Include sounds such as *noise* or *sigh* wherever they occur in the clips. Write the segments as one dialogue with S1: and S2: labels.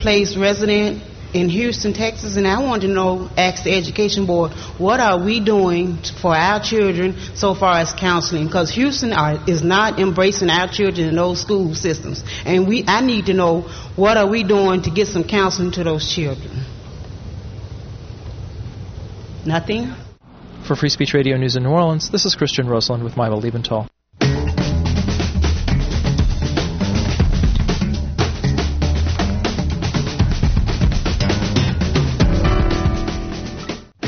S1: place resident in Houston, Texas, and I wanted to know, ask the education board, what are we doing for our children so far as counseling? Because Houston are, is not embracing our children in those school systems, and we, I need to know what are we doing to get some counseling to those children. Nothing.
S2: For Free Speech Radio News in New Orleans, this is Christian Roseland with Mima Liebenthal.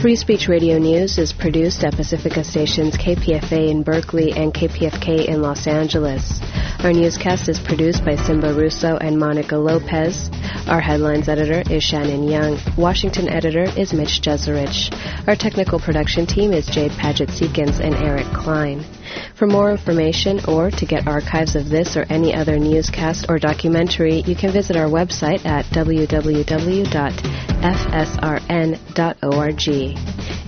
S3: Free Speech Radio News is produced at Pacifica stations KPFA in Berkeley and KPFK in Los Angeles. Our newscast is produced by Simba Russo and Monica Lopez. Our headlines editor is Shannon Young. Washington editor is Mitch Jezerich. Our technical production team is Jade Paget Seekins and Eric Klein. For more information or to get archives of this or any other newscast or documentary, you can visit our website at www.fsrn.org.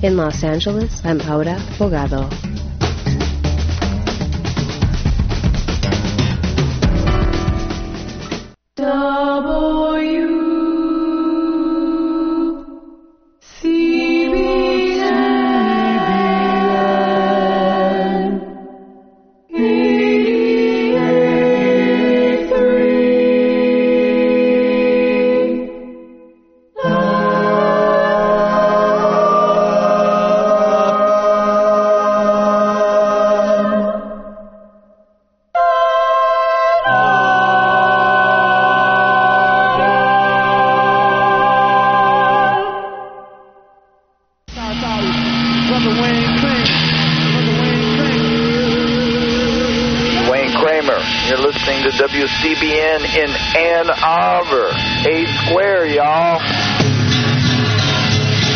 S3: In Los Angeles, I'm Aura Bogado.
S4: Wayne Kramer. You're listening to WCBN in Ann Arbor. A square, y'all.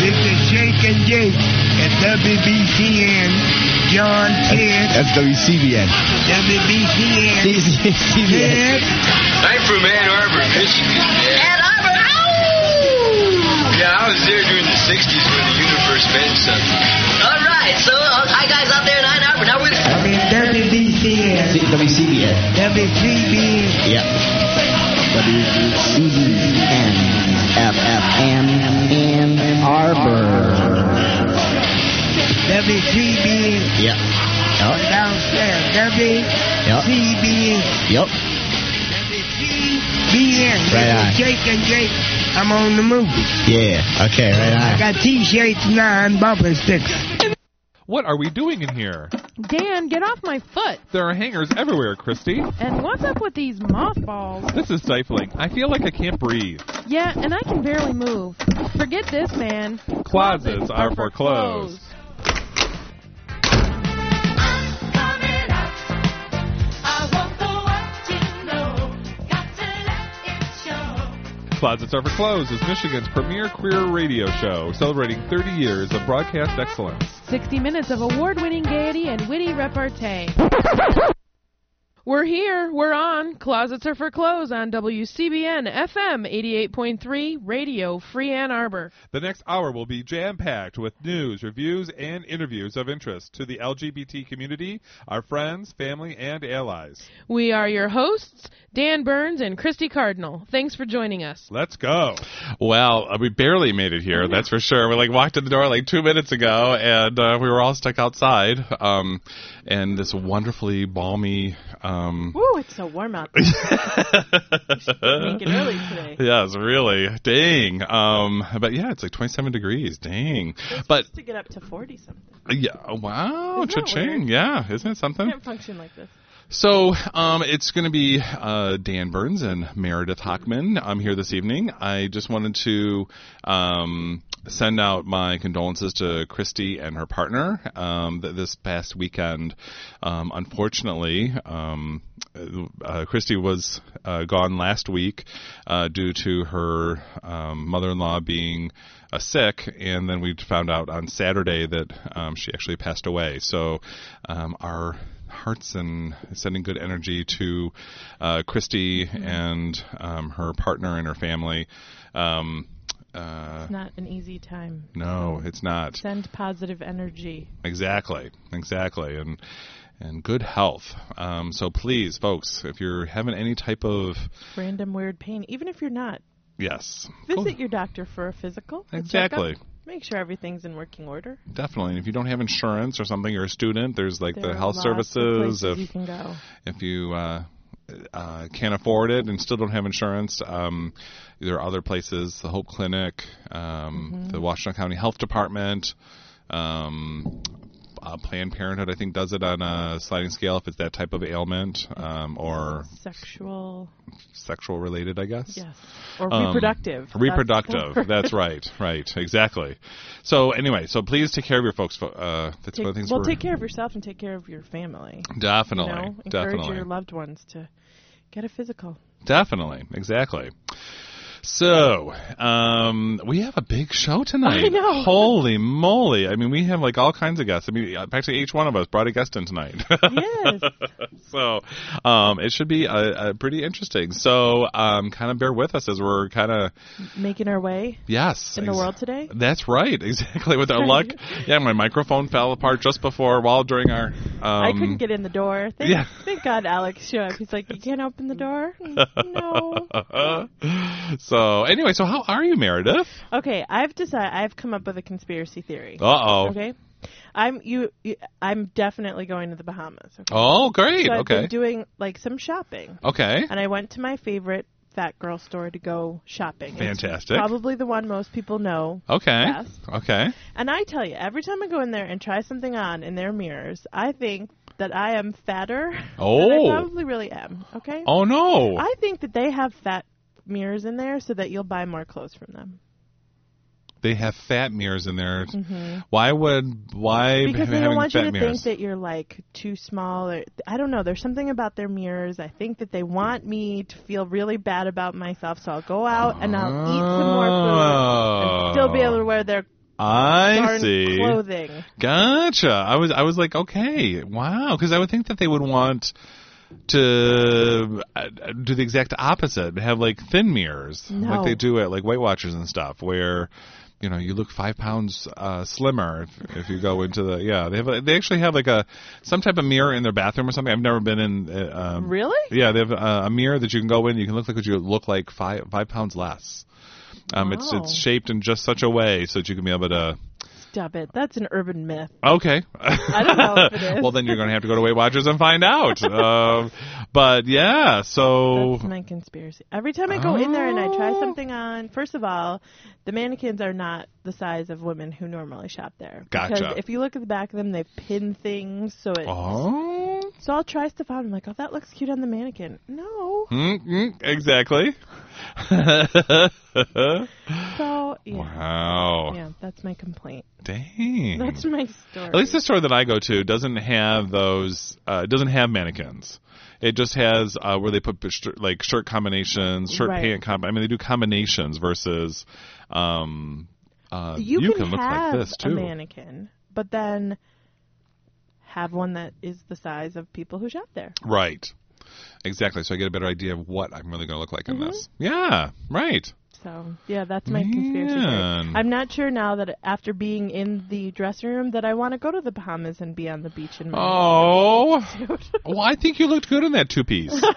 S5: This is Jake and Jake at WBCN, John 10,
S6: That's WCBN.
S5: WBCN.
S6: CBN.
S7: I'm from Ann Arbor, Michigan. Ann Arbor, Yeah, I was there during the 60s when the universe meant something.
S8: All right, so uh, hi guys out there in Ann Arbor. Now we're gonna
S5: I mean, WBCN.
S6: WCBN.
S5: WCBN.
S6: Yep. WCBN. FFM. Ann Arbor.
S5: WCBN.
S6: Yep. Yep.
S5: Downstairs. WCBN.
S6: Yep.
S5: WCBN. This
S6: Right
S5: is
S6: on.
S5: Jake and Jake. I'm on the movie.
S6: Yeah. Okay,
S5: I
S6: right on.
S5: got t-shirts now and bumper stickers.
S9: What are we doing in here?
S10: Dan, get off my foot!
S9: There are hangers everywhere, Christy.
S10: And what's up with these mothballs?
S9: This is stifling. I feel like I can't breathe.
S10: Yeah, and I can barely move. Forget this, man.
S9: Closets are for clothes. Closets Are for Clothes is Michigan's premier queer radio show, celebrating 30 years of broadcast excellence.
S10: 60 minutes of award winning gaiety and witty repartee. We're here. We're on. Closets are for clothes on WCBN FM 88.3 Radio Free Ann Arbor.
S9: The next hour will be jam packed with news, reviews, and interviews of interest to the LGBT community, our friends, family, and allies.
S10: We are your hosts, Dan Burns and Christy Cardinal. Thanks for joining us.
S9: Let's go.
S11: Well, uh, we barely made it here, that's for sure. We like walked in the door like two minutes ago, and uh, we were all stuck outside. Um, and this wonderfully balmy.
S10: *laughs*
S11: Um,
S10: Ooh, it's so warm out
S11: *laughs*
S10: Making early today.
S11: yes, really. Dang. Um, but yeah, it's like 27 degrees. Dang. But
S10: to get up to 40 something.
S11: yeah, wow,
S10: Isn't that
S11: cha-ching.
S10: weird?
S11: Yeah, isn't it something?
S10: function like this.
S11: So um, it's going to be uh, Dan Burns and Meredith Hockman. I'm here this evening. I just wanted to um, send out my condolences to Christy and her partner. Um, th- this past weekend, um, unfortunately, um, uh, Christy was uh, gone last week uh, due to her um, mother-in-law being uh, sick, and then we found out on Saturday that um, she actually passed away. So um, our hearts and sending good energy to uh, Christy and um, her partner and her family. Um, uh,
S10: It's not an easy time.
S11: no, it's not
S10: Send positive energy.
S11: exactly, exactly, and and good health. Um, so please, folks, if you're having any type of
S10: Random weird pain, even if you're not
S11: Yes,
S12: Visit your doctor for a physical. a checkup.
S11: Exactly.
S12: Make sure everything's in working order.
S11: definitely. And if you don't have insurance or something, you're a student. There's like
S12: There
S11: the
S12: are
S11: health
S12: lots of
S11: services.
S12: places
S11: If
S12: you can go.
S11: if you uh, uh, can't afford it and still don't have insurance, um, there are other places, the Hope Clinic, um,
S12: Mm-hmm.
S11: the Washington County Health Department, um, uh, Planned Parenthood. I think does it on a sliding scale if it's that type of ailment um, or
S12: Sexual.
S11: sexual related, I guess.
S12: Yes. Or
S11: Um,
S12: reproductive. That's the
S11: reproductive.
S12: word.
S11: That's, right. Right. Exactly. So anyway, so please take care of your folks. fo- Uh, that's
S12: Take,
S11: one of the things
S12: well,
S11: we're
S12: take care of yourself and take care of your family.
S11: Definitely,
S12: You know? Encourage
S11: definitely.
S12: your loved ones to get a physical.
S11: Definitely, exactly. So, um, we have a big show tonight.
S12: I know.
S11: Holy moly! I mean, we have like all kinds of guests. I mean, uh, actually, each one of us brought a guest in tonight.
S12: Yes.
S11: *laughs* so, um, it should be uh, uh, pretty interesting. So, um, kind of bear with us as we're kind of
S12: Making our way
S11: yes
S12: in the
S11: ex-
S12: world today.
S11: That's right, *laughs* exactly. With our
S12: *laughs*
S11: luck, yeah, my microphone fell apart just before, while during our. Um,
S12: I couldn't get in the door. Thank,
S11: yeah.
S12: thank God Alex showed up. He's like, you can't open the
S11: *laughs*
S12: door. *laughs* no.
S11: so anyway, so how are you, Meredith?
S12: Okay, I've decided. I've come up with a conspiracy theory.
S11: Uh-oh.
S12: Okay, I'm you, you. I'm definitely going to the Bahamas. Okay?
S11: Oh, great.
S12: So I've
S11: okay.
S12: been doing like some shopping.
S11: Okay.
S12: And I went to my favorite fat girl store to go shopping. It's
S11: Fantastic.
S12: probably the one most people know.
S11: okay.
S12: best.
S11: Okay.
S12: And I tell you, every time I go in there and try something on in their mirrors, I think that I am fatter. than
S11: Oh.
S12: I probably really am. Okay.
S11: Oh no.
S12: I think that they have fat mirrors in there so that you'll buy more clothes from them.
S11: they have fat mirrors in there.
S12: Mhm.
S11: Why would why
S12: because they don't
S11: having
S12: want you
S11: fat
S12: to
S11: mirrors?
S12: think that you're like too small or I don't know. There's something about their mirrors. I think that they want me to feel really bad about myself, so I'll go out and I'll eat some more food
S11: Oh.
S12: and still be able to wear their
S11: I
S12: darn
S11: see.
S12: clothing.
S11: Gotcha. I was I was like, okay, wow, because I would think that they would want to uh, do the exact opposite, have like thin mirrors,
S12: No.
S11: like they do at like Weight Watchers and stuff, where you know you look five pounds uh, slimmer if, if you go into the yeah they have a, they actually have like a some type of mirror in their bathroom or something. I've never been in. Uh, um,
S12: Really?
S11: Yeah, they have uh, a mirror that you can go in. You can look like what you look like five five pounds less. Um, it's
S12: Wow.
S11: it's shaped in just such a way so that you can be able to.
S12: Stop it. That's an urban myth.
S11: Okay.
S12: *laughs* I don't know
S11: *laughs*
S12: if it is.
S11: well, then you're going to have to go to Weight Watchers and find
S12: *laughs*
S11: out. um, but yeah, so
S12: That's my conspiracy. Every time I go in there and I
S11: Oh.
S12: try something on, first of all, the mannequins are not the size of women who normally shop there. Because
S11: Gotcha.
S12: if you look at the back of them, they pin things, so it.
S11: Oh.
S12: So I'll try stuff on. I'm like, oh, that looks cute on the mannequin. No.
S11: Mm-mm, mm, exactly. *laughs*
S12: So yeah.
S11: Wow.
S12: Yeah, that's my complaint.
S11: Dang.
S12: That's my story.
S11: At least the store that I go to doesn't have those. Uh, it doesn't have mannequins. It just has uh, where they put the sh- like shirt combinations, shirt
S12: Right.
S11: pant com. I mean, they do combinations versus. Um, uh,
S12: you, can
S11: look
S12: have
S11: like this too.
S12: a mannequin, but then have one that is the size of people who shop there.
S11: Right. Exactly. So I get a better idea of what I'm really going to look like
S12: Mhm.
S11: in this. Yeah. Right.
S12: So yeah, that's my conspiracy theory.
S11: Man.
S12: I'm not sure now that after being in the dressing room that I want to go to the Bahamas and be on the beach in my
S11: Oh.
S12: *laughs*
S11: well, I think you looked good in that two piece. *laughs*
S12: stop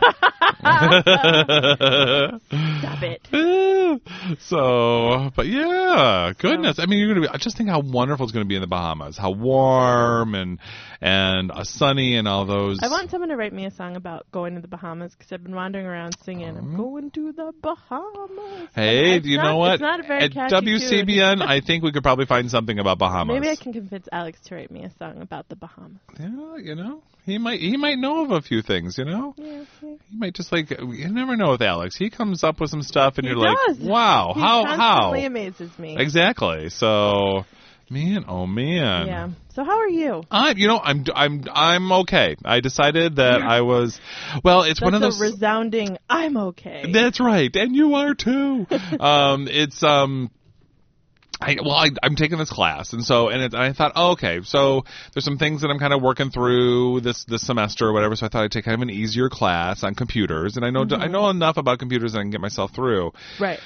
S12: it.
S11: so, but yeah, goodness. I mean, you're gonna be. I just think how wonderful it's gonna be in the Bahamas. How warm and and uh, sunny and all those.
S12: I want someone to write me a song about going to the Bahamas because I've been wandering around singing. I'm going to the Bahamas.
S11: Oh. Hey,
S12: It's
S11: you
S12: not-
S11: know what?
S12: It's not a very
S11: At
S12: catchy tune. *laughs*
S11: WCBN, I think we could probably find something about Bahamas.
S12: Maybe I can convince Alex to write me a song about the Bahamas.
S11: Yeah, you know, he might he might know of a few things. You know,
S12: Yeah,
S11: he might just like you never know with Alex. He comes up with some stuff, and
S12: He
S11: you're
S12: does.
S11: like, wow,
S12: He
S11: how how
S12: constantly amazes me.
S11: exactly. So, man, oh man,
S12: Yeah. So how are you?
S11: I'm you know I'm I'm I'm okay. I decided that I was, well, it's
S12: That's
S11: one of those
S12: a resounding. I'm okay. *laughs*
S11: that's right, and you are too. um, it's um, I, well, I, I'm taking this class, and so and, it, and I thought, oh, okay, so there's some things that I'm kind of working through this this semester or whatever. So I thought I'd take kind of an easier class on computers, and I know
S12: Mm-hmm.
S11: I know enough about computers that I can get myself through
S10: Right.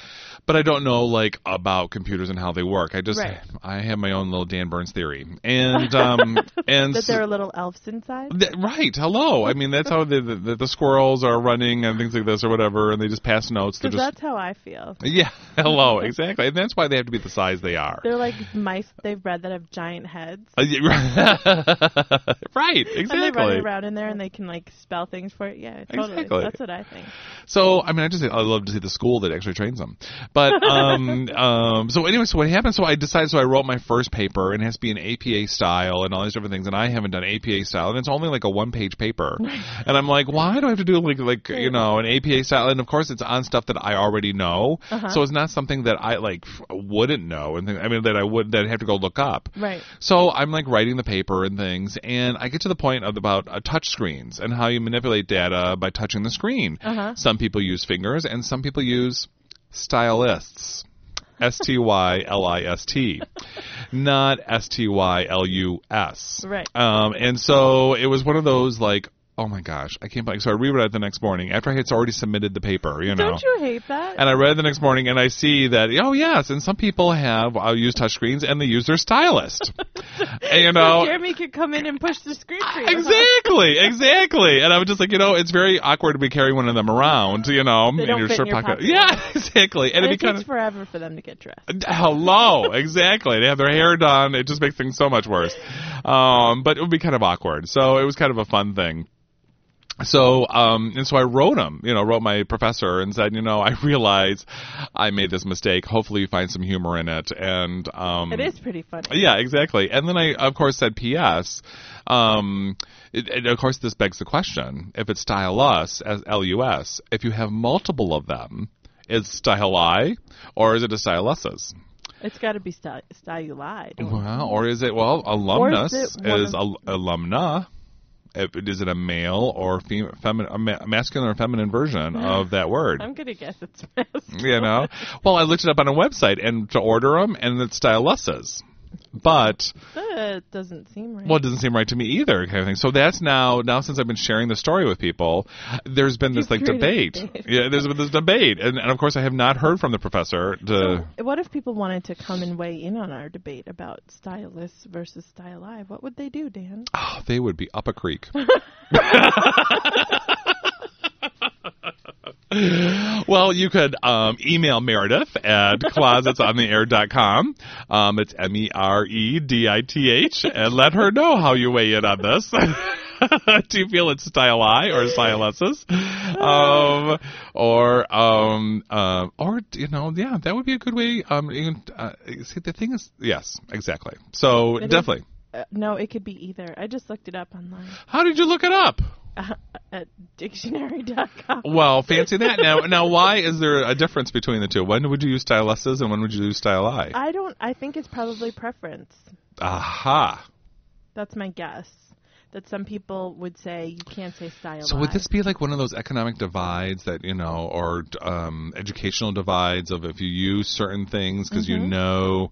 S11: but I don't know like about computers and how they work. I just
S12: Right.
S11: I have my own little Dan Burns theory, and um and
S12: *laughs* that there are little elves inside.
S11: Th- right, hello. I mean that's how the, the the squirrels are running and things like this or whatever, and they just pass notes. They're
S12: Because
S11: just
S12: that's how I feel.
S11: yeah, *laughs*
S12: *laughs*
S11: hello, exactly, and that's why they have to be the size they are. *laughs*
S12: They're like mice they've bred that have giant heads.
S11: Uh, yeah, right, Right,
S12: *laughs* And they run
S11: exactly.
S12: around in there and they can like spell things for it. Yeah, totally.
S11: Exactly.
S12: That's what I think.
S11: So I mean, I just I love to see the school that actually trains them.
S12: *laughs*
S11: But um, um, so anyway, so what happened? So I decided. So I wrote my first paper, and it has to be an APA style and all these different things. And I haven't done APA style, and it's only like a one page
S12: *laughs*
S11: paper. and I'm like, why do I have to do like like you know an APA style? And of course, it's on stuff that I already know,
S12: Uh-huh.
S11: so it's not something that I like f- wouldn't know, and th- I mean that I would that I'd have to go look up.
S12: Right.
S11: So I'm like writing the paper and things, and I get to the point of about uh, touch screens and how you manipulate data by touching the screen.
S12: Uh-huh.
S11: Some people use fingers, and some people use stylists. S T Y L I S
S12: *laughs*
S11: T, not S T Y L U S.
S12: Right.
S11: Um, and so it was one of those like, oh my gosh, I can't believe. So I reread it the next morning after I had already submitted the paper. You know.
S12: Don't you hate that?
S11: And I read the next morning, and I see that oh yes, and some people have uh, I'll use touchscreens, and they use their
S12: *laughs*
S11: stylist. And, you know,
S12: so Jeremy could come in and push the screen for you. huh?
S11: exactly, exactly. And I was just like, you know, it's very awkward to be carrying one of them around, you know,
S12: They don't fit in your pocket.
S11: Yeah, *laughs* exactly. And,
S12: And,
S11: it'd
S12: it
S11: be kind
S12: takes
S11: of
S12: forever for them to get dressed.
S11: *laughs* hello, exactly. They have their hair done. It just makes things so much worse. Um, but it would be kind of awkward. So it was kind of a fun thing. So, um, and so I wrote him, you know, wrote my professor and said, you know, I realize I made this mistake. Hopefully you find some humor in it. And, um,
S12: it is pretty funny.
S11: yeah, exactly. And then I, of course, said P.S. Um, it, and of course, this begs the question: if it's style us as L.U.S., if you have multiple of them, is style I or is it a style us's?
S12: It's got to be style, style you lied.
S11: Well, or is it well alumnus
S12: Or is
S11: is,
S12: it one
S11: al- alumna? If it, is it a male or fem- feminine, a ma- masculine or feminine
S12: *laughs*
S11: version of that word?
S12: I'm gonna guess it's *laughs* masculine.
S11: you know. Well, I looked it up on a website and to order them, and it's style us's. But
S12: That doesn't seem right.
S11: Well, it doesn't seem right to me either, kind of thing. So that's now now since I've been sharing the story with people, there's been this like
S12: created
S11: debate.
S12: a debate.
S11: Yeah, there's been this debate, and, and of course I have not heard from the professor. To
S12: What if people wanted to come and weigh in on our debate about stylists versus style I? What would they do, Dan? *laughs*
S11: oh, they would be up a creek. well, you could um, email Meredith at closetsontheair.com. Um, it's M E R E D I T H, and let her know how you weigh in on this. *laughs* Do you feel it's style I or style S's? Um, or um, uh, or you know, yeah, that would be a good way. Um, you can, uh, see, the thing is, yes, exactly. So
S12: It is-
S11: definitely.
S12: Uh, no, it could be either. I just looked it up online
S11: How did you look it up?
S12: uh, *laughs* at dictionary.com.
S11: Well, fancy that.
S12: *laughs*
S11: Now, now, why is there a difference between the two? When would you use style S's and when would you use style I?
S12: I don't. I think it's probably preference.
S11: Aha.
S12: That's my guess. That some people would say you can't say style.
S11: So would this be like one of those economic divides that you know, or um, educational divides of if you use certain things because you
S12: Mhm.
S11: know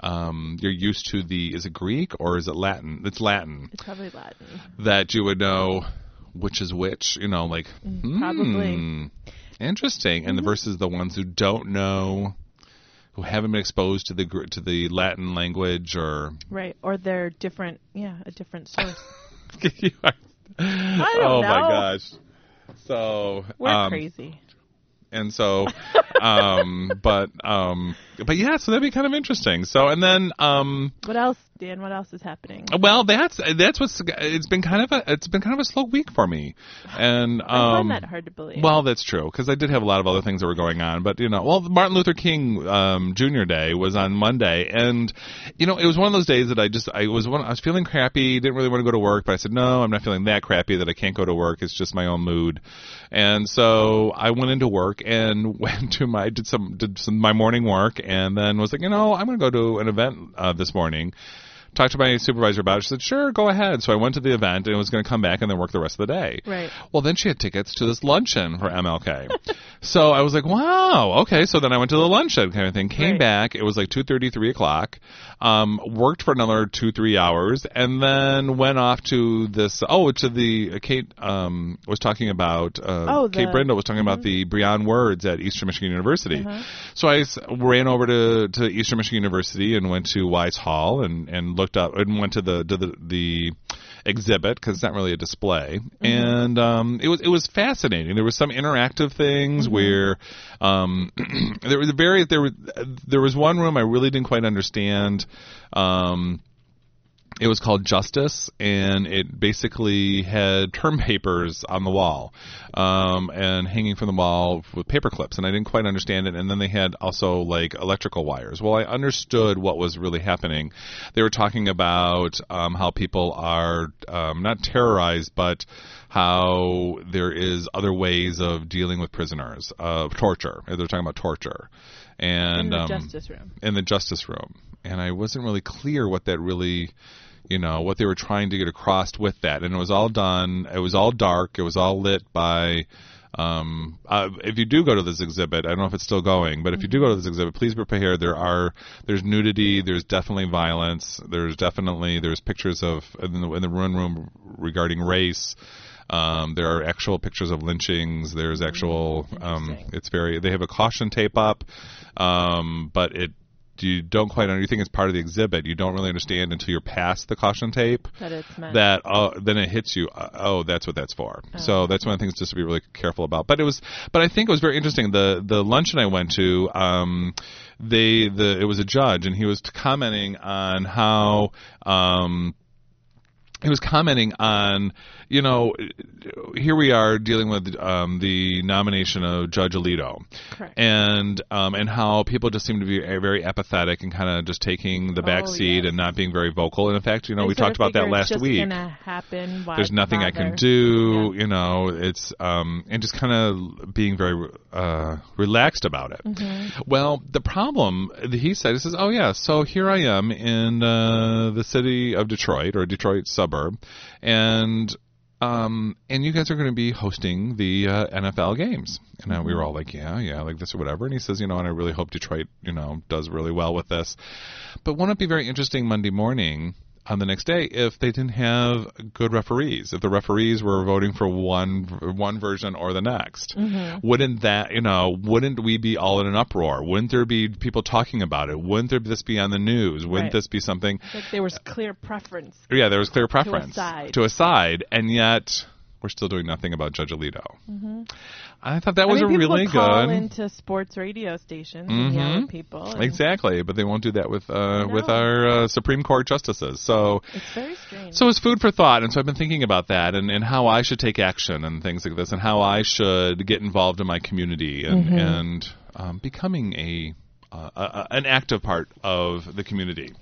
S11: um, you're used to the is it Greek or is it Latin? It's Latin
S12: It's probably Latin.
S11: that you would know which is which. You know, like hmm,
S12: Mm, probably. Mm-hmm.
S11: interesting, and the versus the ones who don't know, who haven't been exposed to the Gr- to the Latin language
S12: *laughs*
S11: or
S12: Right, or they're different. Yeah, a different source.
S11: You are-
S12: don't
S11: oh my
S12: know.
S11: gosh. So
S12: We're
S11: um,
S12: crazy.
S11: and so um *laughs* but um but yeah, so that'd be kind of interesting. So and then um
S12: What else, Dan? What else is happening?
S11: well that's that's what's it's been kind of a it's been kind of a slow week for me. And um
S12: *laughs* I find that hard to believe.
S11: Well, that's true because I did have a lot of other things that were going on, but you know, well, Martin Luther King um, Jr. Day was on Monday, and you know, it was one of those days that I just I was one I was feeling crappy, didn't really want to go to work, but I said no, I'm not feeling that crappy that I can't go to work. It's just my own mood, and so I went into work and *laughs* went to my did some did some my morning work, and then was like, you know, I'm going to go to an event uh, this morning Talked to my supervisor about it. She said, sure, go ahead. So I went to the event and was going to come back and then work the rest of the day.
S12: Right.
S11: Well, then she had tickets to this luncheon for
S12: *laughs*
S11: MLK. so I was like, wow, okay. So then I went to the luncheon kind of thing. Came back. It was like two thirty, three o'clock. Um, worked for another two, three hours, and then went off to this. Oh, to the uh, Kate um, was talking about. Uh,
S12: Oh,
S11: Kate
S12: the-
S11: Brindle was talking about the Breon Words at Eastern Michigan University. So I s- ran over to, to Eastern Michigan University and went to Wise Hall and, and looked up and went to the to the, the exhibit because it's not really a display. And um, it was it was fascinating. There was some interactive things where um, *clears throat* there was a very there was there was one room I really didn't quite understand. Um, it was called Justice, and it basically had term papers on the wall um, and hanging from the wall with paper clips, and I didn't quite understand it. And then they had also like electrical wires. Well, I understood what was really happening. They were talking about um, how people are um, not terrorized, but how there is other ways of dealing with prisoners of torture. They're talking about torture. And
S12: In the
S11: um,
S12: justice room.
S11: in the justice room and i wasn't really clear what that really you know what they were trying to get across with that and it was all done it was all dark it was all lit by um, uh, if you do go to this exhibit, I don't know if it's still going, but if you do go to this exhibit, please be prepared. There are there's nudity, there's definitely violence, there's definitely there's pictures of in the, in the run room regarding race. Um, there are actual pictures of lynchings. There's actual.
S12: Mm-hmm.
S11: Um, it's very. They have a caution tape up, um, but it you don't quite. under- You think it's part of the exhibit. You don't really understand until you're past the caution tape
S12: That it's meant.
S11: that uh, then it hits you. Uh, oh, that's what that's for. So that's one of the things just to be really careful about. But it was, but I think it was very interesting. The the luncheon I went to, um, they the it was a judge and he was commenting on how. Um, he was commenting on, you know, here we are dealing with um, the nomination of Judge Alito, and um, and how people just seem to be very apathetic and kind of just taking the back
S12: Oh,
S11: seat and not being very vocal. And in fact, you know,
S12: They
S11: we talked
S12: sort of
S11: about that
S12: figure it's
S11: last
S12: just
S11: week.
S12: Gonna happen. Why
S11: There's nothing I can
S12: bother?
S11: do, you know. It's um, and just kind of being very uh, relaxed about it. Well, the problem he said, he says, "Oh yeah, so here I am in uh, the city of Detroit or Detroit suburb, and um, and you guys are going to be hosting the uh, NFL games." And uh, we were all like, "Yeah, yeah, like this or whatever." And he says, "You know, and I really hope Detroit, you know, does really well with this, but won't it be very interesting Monday morning?" On the next day, if they didn't have good referees, if the referees were voting for one one version or the next,
S12: Mm-hmm.
S11: wouldn't that you know wouldn't we be all in an uproar wouldn't there be people talking about it wouldn't there this be on the news wouldn't
S12: Right.
S11: this be something
S12: Like there was clear preference.
S11: yeah there was clear preference
S12: side.
S11: to a side, and yet we're still doing nothing about judge alito
S12: Mm-hmm.
S11: i thought that was
S12: I mean,
S11: a
S12: people
S11: really
S12: would call
S11: good
S12: into sports radio stations and yell at
S11: Mhm.
S12: people. and
S11: exactly but they won't do that with uh with our uh, supreme court justices so
S12: It's very strange.
S11: So it's food for thought, and so I've been thinking about that and, and how I should take action and things like this, and how I should get involved in my community and
S12: Mhm.
S11: and um, becoming a, uh, a a- an active part of the community.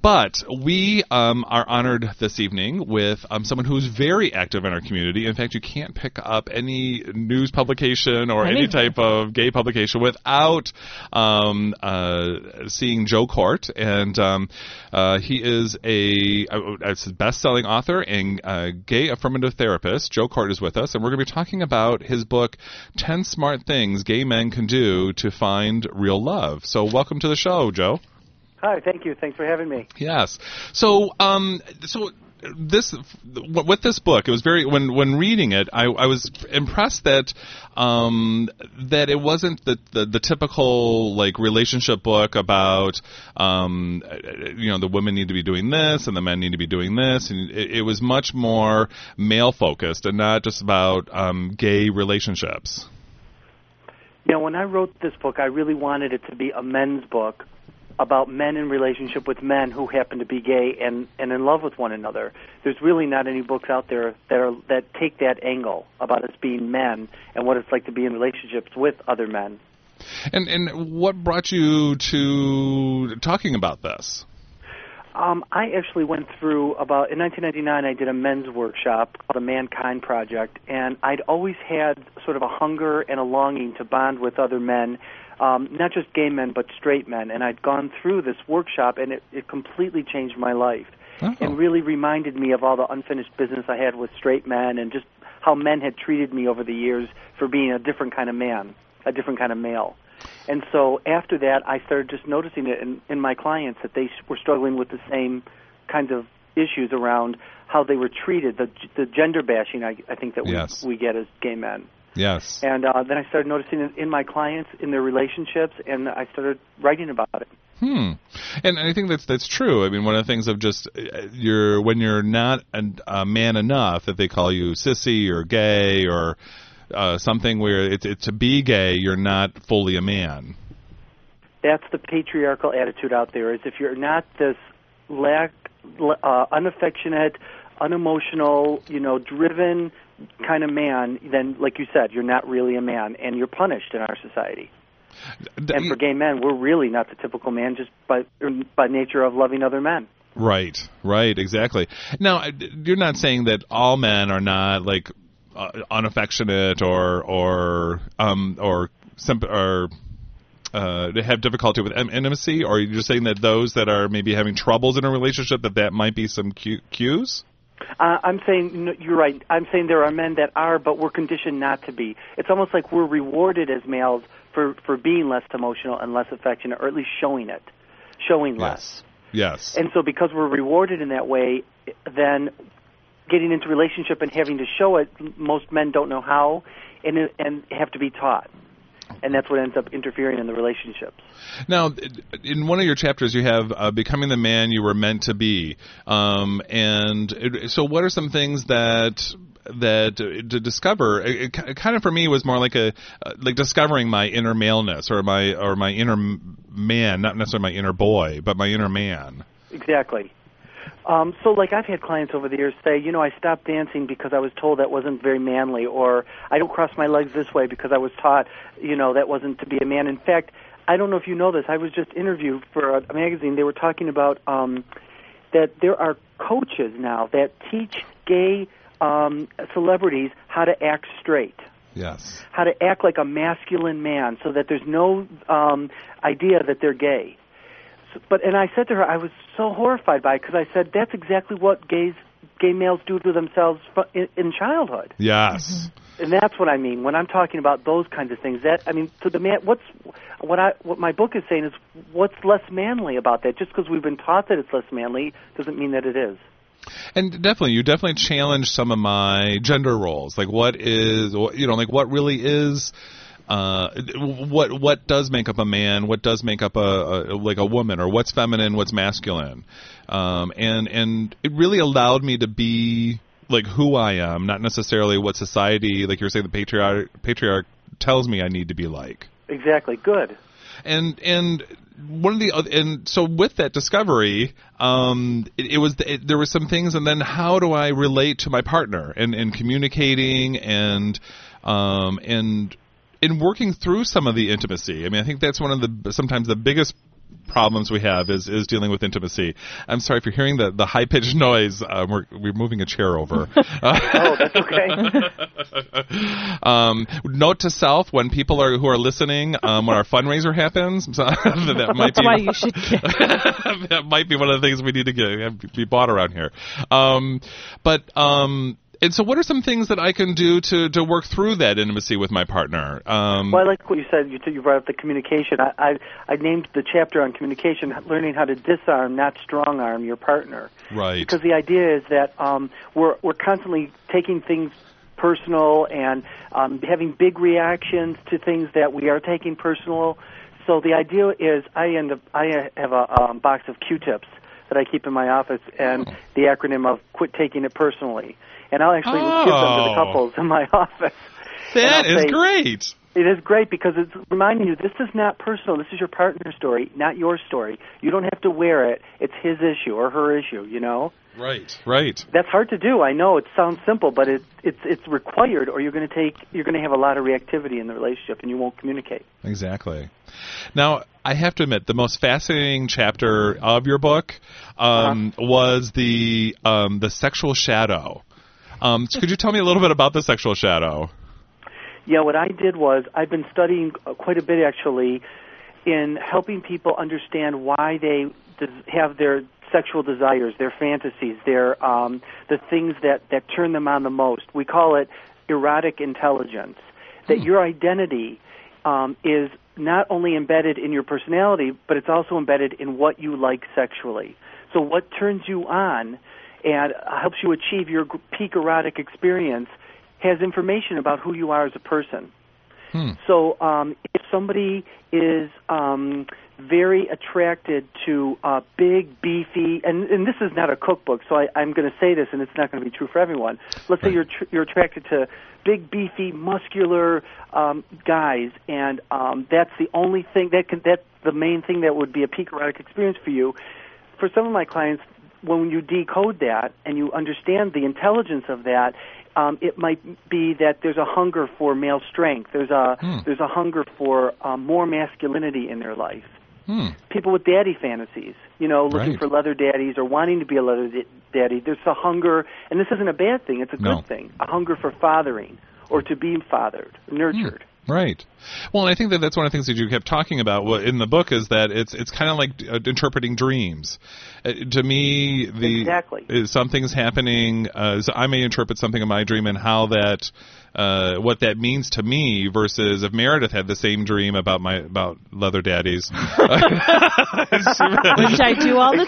S11: But we um, are honored this evening with um, someone who's very active in our community. In fact, you can't pick up any news publication or any
S12: Anything.
S11: type of gay publication without um, uh, seeing Joe Court, and um, uh, he is a uh, best-selling author and uh, gay affirmative therapist. Joe Court is with us, and we're going to be talking about his book, Ten Smart Things Gay Men Can Do to Find Real Love." So, welcome to the show, Joe.
S13: Hi, thank you. Thanks for having me.
S11: Yes. So, um, so this with this book, it was very when when reading it, I, I was impressed that um, that it wasn't the, the the typical like relationship book about um, you know the women need to be doing this and the men need to be doing this, and it, it was much more male focused and not just about um, gay relationships.
S13: You know, when I wrote this book, I really wanted it to be a men's book about men in relationship with men who happen to be gay and, and in love with one another. There's really not any books out there that are that take that angle about us being men and what it's like to be in relationships with other men.
S11: And and what brought you to talking about this?
S13: Um, I actually went through about in 1999. I did a men's workshop called the Mankind Project, and I'd always had sort of a hunger and a longing to bond with other men, um, not just gay men but straight men. And I'd gone through this workshop, and it, it completely changed my life,
S11: Uh-huh. Oh.
S13: and really reminded me of all the unfinished business I had with straight men, and just how men had treated me over the years for being a different kind of man, a different kind of male. And so after that, I started just noticing it in, in my clients that they s- were struggling with the same kinds of issues around how they were treated, the the gender bashing I, I think that we,
S11: Yes.
S13: we get as gay men.
S11: Yes.
S13: And uh, then I started noticing it in my clients, in their relationships, and I started writing about it.
S11: Hmm. And I think that's that's true. I mean, one of the things of just uh, you're when you're not an, a man enough that they call you sissy or gay or uh, something where it's it's to be gay, you're not fully a man.
S13: That's the patriarchal attitude out there: is if you're not this lack, l- uh, unaffectionate, unemotional, you know, driven kind of man, then like you said, you're not really a man, and you're punished in our society. and for gay men, we're really not the typical man just by er, by nature of loving other men.
S11: Right. Right. Exactly. Now, I- you're not saying that all men are not like uh, unaffectionate or or um or simp- or uh, they have difficulty with in- intimacy, or you're saying that those that are maybe having troubles in a relationship that that might be some cu- cues.
S13: Uh, I'm saying no, you're right. I'm saying there are men that are, but we're conditioned not to be. It's almost like we're rewarded as males for for being less emotional and less affectionate, or at least showing it, showing less.
S11: Yes.
S13: And so because we're rewarded in that way, then getting into relationship and having to show it, most men don't know how, and it- and have to be taught, and that's what ends up interfering in the relationships.
S11: Now, in one of your chapters, you have uh, becoming the man you were meant to be. Um, and it, so, what are some things that that uh, to discover? It, it, ki- kind of for me was more like a uh, like discovering my inner maleness or my or my inner m- man, not necessarily my inner boy, but my inner man.
S13: Exactly. Um, so, like, I've had clients over the years say, you know, I stopped dancing because I was told that wasn't very manly, or I don't cross my legs this way because I was taught, you know, that wasn't to be a man. In fact, I don't know if you know this. I was just interviewed for a magazine. They were talking about um, that there are coaches now that teach gay um, celebrities how to act straight
S11: Yes.
S13: how to act like a masculine man so that there's no um, idea that they're gay. So, but and I said to her, I was so horrified by it because I said that's exactly what gays, gay males do to themselves fro- in, in childhood,
S11: Yes.
S13: and that's what I mean when I'm talking about those kinds of things. That I mean, to the man, what's what I what my book is saying is what's less manly about that? Just because we've been taught that it's less manly doesn't mean that it is.
S11: And definitely, you definitely challenged some of my gender roles. Like, what is, you know, like what really is, uh, what what does make up a man? What does make up a, a like a woman? Or what's feminine? What's masculine? Um, and and it really allowed me to be like who I am, not necessarily what society, like you were saying, the patriarch patriarch tells me I need to be like
S13: Exactly. Good.
S11: and and one of the oth- and so with that discovery um it, it was it, there were some things and then how do i relate to my partner and and communicating and um and in working through some of the intimacy i mean i think that's one of the sometimes the biggest problems we have is is dealing with intimacy i'm sorry if you're hearing the the high pitched *laughs* noise uh, we're we're moving a chair over
S13: *laughs* oh that's okay
S11: *laughs* um, note to self when people are who are listening um, when our fundraiser happens *laughs* so that might
S12: That's
S11: be
S12: why
S11: *laughs*
S12: you should get
S11: that might be one of the things we need to get be bought around here um, but um, and so what are some things that I can do to to work through that intimacy with my partner um,
S13: Well, I like what you said. You, you brought up the communication. I, I I named the chapter on communication, learning how to disarm, not strong arm, your partner.
S11: right
S13: Because the idea is that um, we're we're constantly taking things personal and um, having big reactions to things that we are taking personal. So the idea is, I end up I have a um, box of Q-tips that I keep in my office, and the acronym of "Quit Taking It Personally." And I'll actually give them to the
S11: Oh.
S13: couples in my *laughs* office. And
S11: that
S13: I'll
S11: is
S13: say-
S11: great
S13: It is great because it's reminding you this is not personal. This is your partner's story, not your story. You don't have to wear it. It's his issue or her issue, you know?
S11: Right. Right.
S13: That's hard to do. I know it sounds simple, but it, it's it's required or you're going to take you're going to have a lot of reactivity in the relationship and you won't communicate.
S11: Exactly. Now, I have to admit, the most fascinating chapter of your book um, was the um, the sexual shadow. Um, so could you tell me a little bit about the sexual shadow?
S13: Yeah, what I did was I've been studying uh, quite a bit actually in helping people understand why they des- have their sexual desires, their fantasies, their um, the things that that turn them on the most. We call it erotic intelligence. That your identity um, is not only embedded in your personality, but it's also embedded in what you like sexually. So what turns you on and uh, helps you achieve your g- peak erotic experience has information about who you are as a person.
S11: Hmm.
S13: So um, if somebody is um, very attracted to uh, big, beefy, and, and this is not a cookbook, so I, I'm going to say this, and it's not going to be true for everyone. Let's say you're tr- you're attracted to big, beefy, muscular um, guys, and um, that's the only thing that can that's the main thing that would be a peak erotic experience for you. For some of my clients, when you decode that and you understand the intelligence of that, um, it might be that there's a hunger for male strength. There's a
S11: Hmm.
S13: there's a hunger for um, more masculinity in their life.
S11: Hmm.
S13: People with daddy fantasies, you know, looking
S11: Right.
S13: for leather daddies or wanting to be a leather d- daddy. There's a hunger, and this isn't a bad thing. It's a
S11: No.
S13: good thing. A hunger for fathering or to be fathered, nurtured.
S11: Right. Well, and I think that that's one of the things that you kept talking about wa- in the book is that it's it's kind of like uh, interpreting dreams. Uh, to me, the
S13: Exactly.
S11: is something's happening. Uh, so I may interpret something in my dream and how that uh, what that means to me versus if Meredith had the same dream about my about leather daddies.
S12: Which I do all the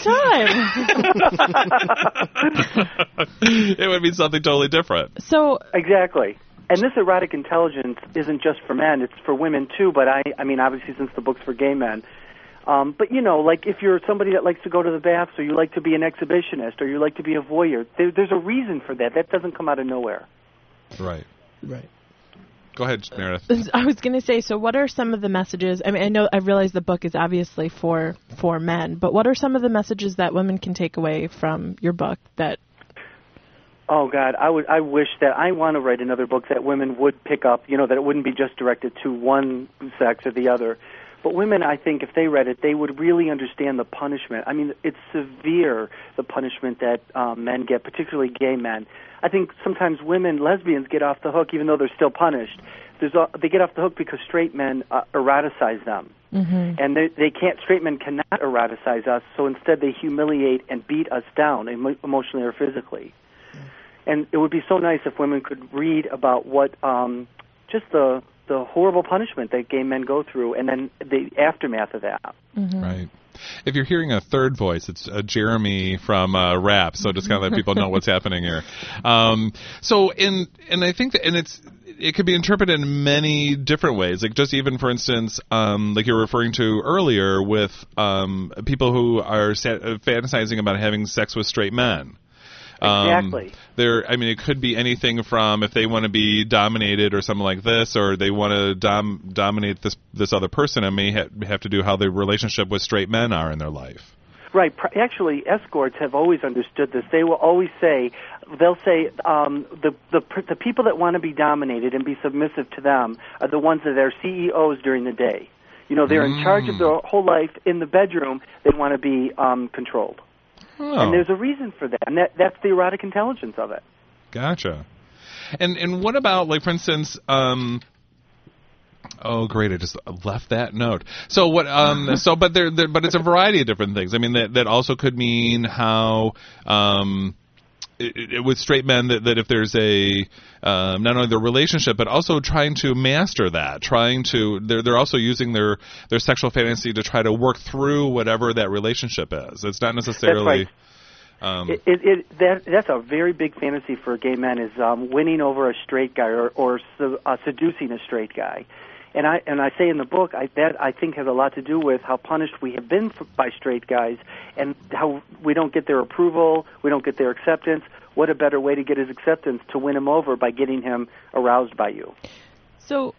S12: time.
S11: it would be something totally different.
S12: *laughs* So
S13: exactly, and this erotic intelligence isn't just for men; it's for women too. But I, I mean, obviously, since the book's for gay men. Um, but you know, like if you're somebody that likes to go to the baths, or you like to be an exhibitionist, or you like to be a voyeur, there, there's a reason for that. That doesn't come out of nowhere.
S11: Right.
S12: Right.
S11: Go ahead, Meredith.
S12: *laughs* I was going to say, so what are some of the messages? I mean, I know I realize the book is obviously for for men, but what are some of the messages that women can take away from your book that
S13: Oh God, I would. I wish that I want to write another book that women would pick up. You know, that it wouldn't be just directed to one sex or the other. But women, I think, if they read it, they would really understand the punishment. I mean, it's severe the punishment that um, men get, particularly gay men. I think sometimes women, lesbians, get off the hook, even though they're still punished. There's a, they get off the hook because straight men uh, eroticize them
S12: Mm-hmm.
S5: Mm.
S13: and they, they can't straight men cannot eroticize us so instead they humiliate and beat us down emo- emotionally or physically and it would be so nice if women could read about what um just the the horrible punishment that gay men go through and then the aftermath of that
S12: Mm-hmm.
S11: Right. If you're hearing a third voice, it's uh, Jeremy from uh, Rap. So just kind of let people know what's happening here. Um, so in and I think that and it's it could be interpreted in many different ways. Like just even for instance, um, like you were referring to earlier with um, people who are sa- uh, fantasizing about having sex with straight men. Um,
S13: Exactly.
S11: There, I mean, it could be anything from if they want to be dominated or something like this, or they want to dom- dominate this this other person. It may ha- have to do how their relationship with straight men are in their life.
S13: Right. Pr- Actually, escorts have always understood this. They will always say, they'll say, um, the the pr- the people that want to be dominated and be submissive to them are the ones that are CEOs during the day. You know, they're in charge of their whole life in the bedroom. They want to be um, controlled,
S11: Oh,
S13: and there's a reason for that, and that that's the erotic intelligence of it.
S11: gotcha. And and what about like for instance? Um, Oh great! I just left that note. So what?
S13: *laughs*
S11: Um, so but there, there, but it's a variety of different things. I mean, that that also could mean how um, it, it, with straight men that, that if there's a um, not only their relationship but also trying to master that, trying to they're they're also using their their sexual fantasy to try to work through whatever that relationship is. It's not necessarily. Um,
S13: It, it, it that that's a very big fantasy for gay men is um, winning over a straight guy or or se- uh, seducing a straight guy, and I and I say in the book I, that I think has a lot to do with how punished we have been f- by straight guys and how we don't get their approval, we don't get their acceptance. What a better way to get his acceptance to win him over by getting him aroused by you.
S12: So,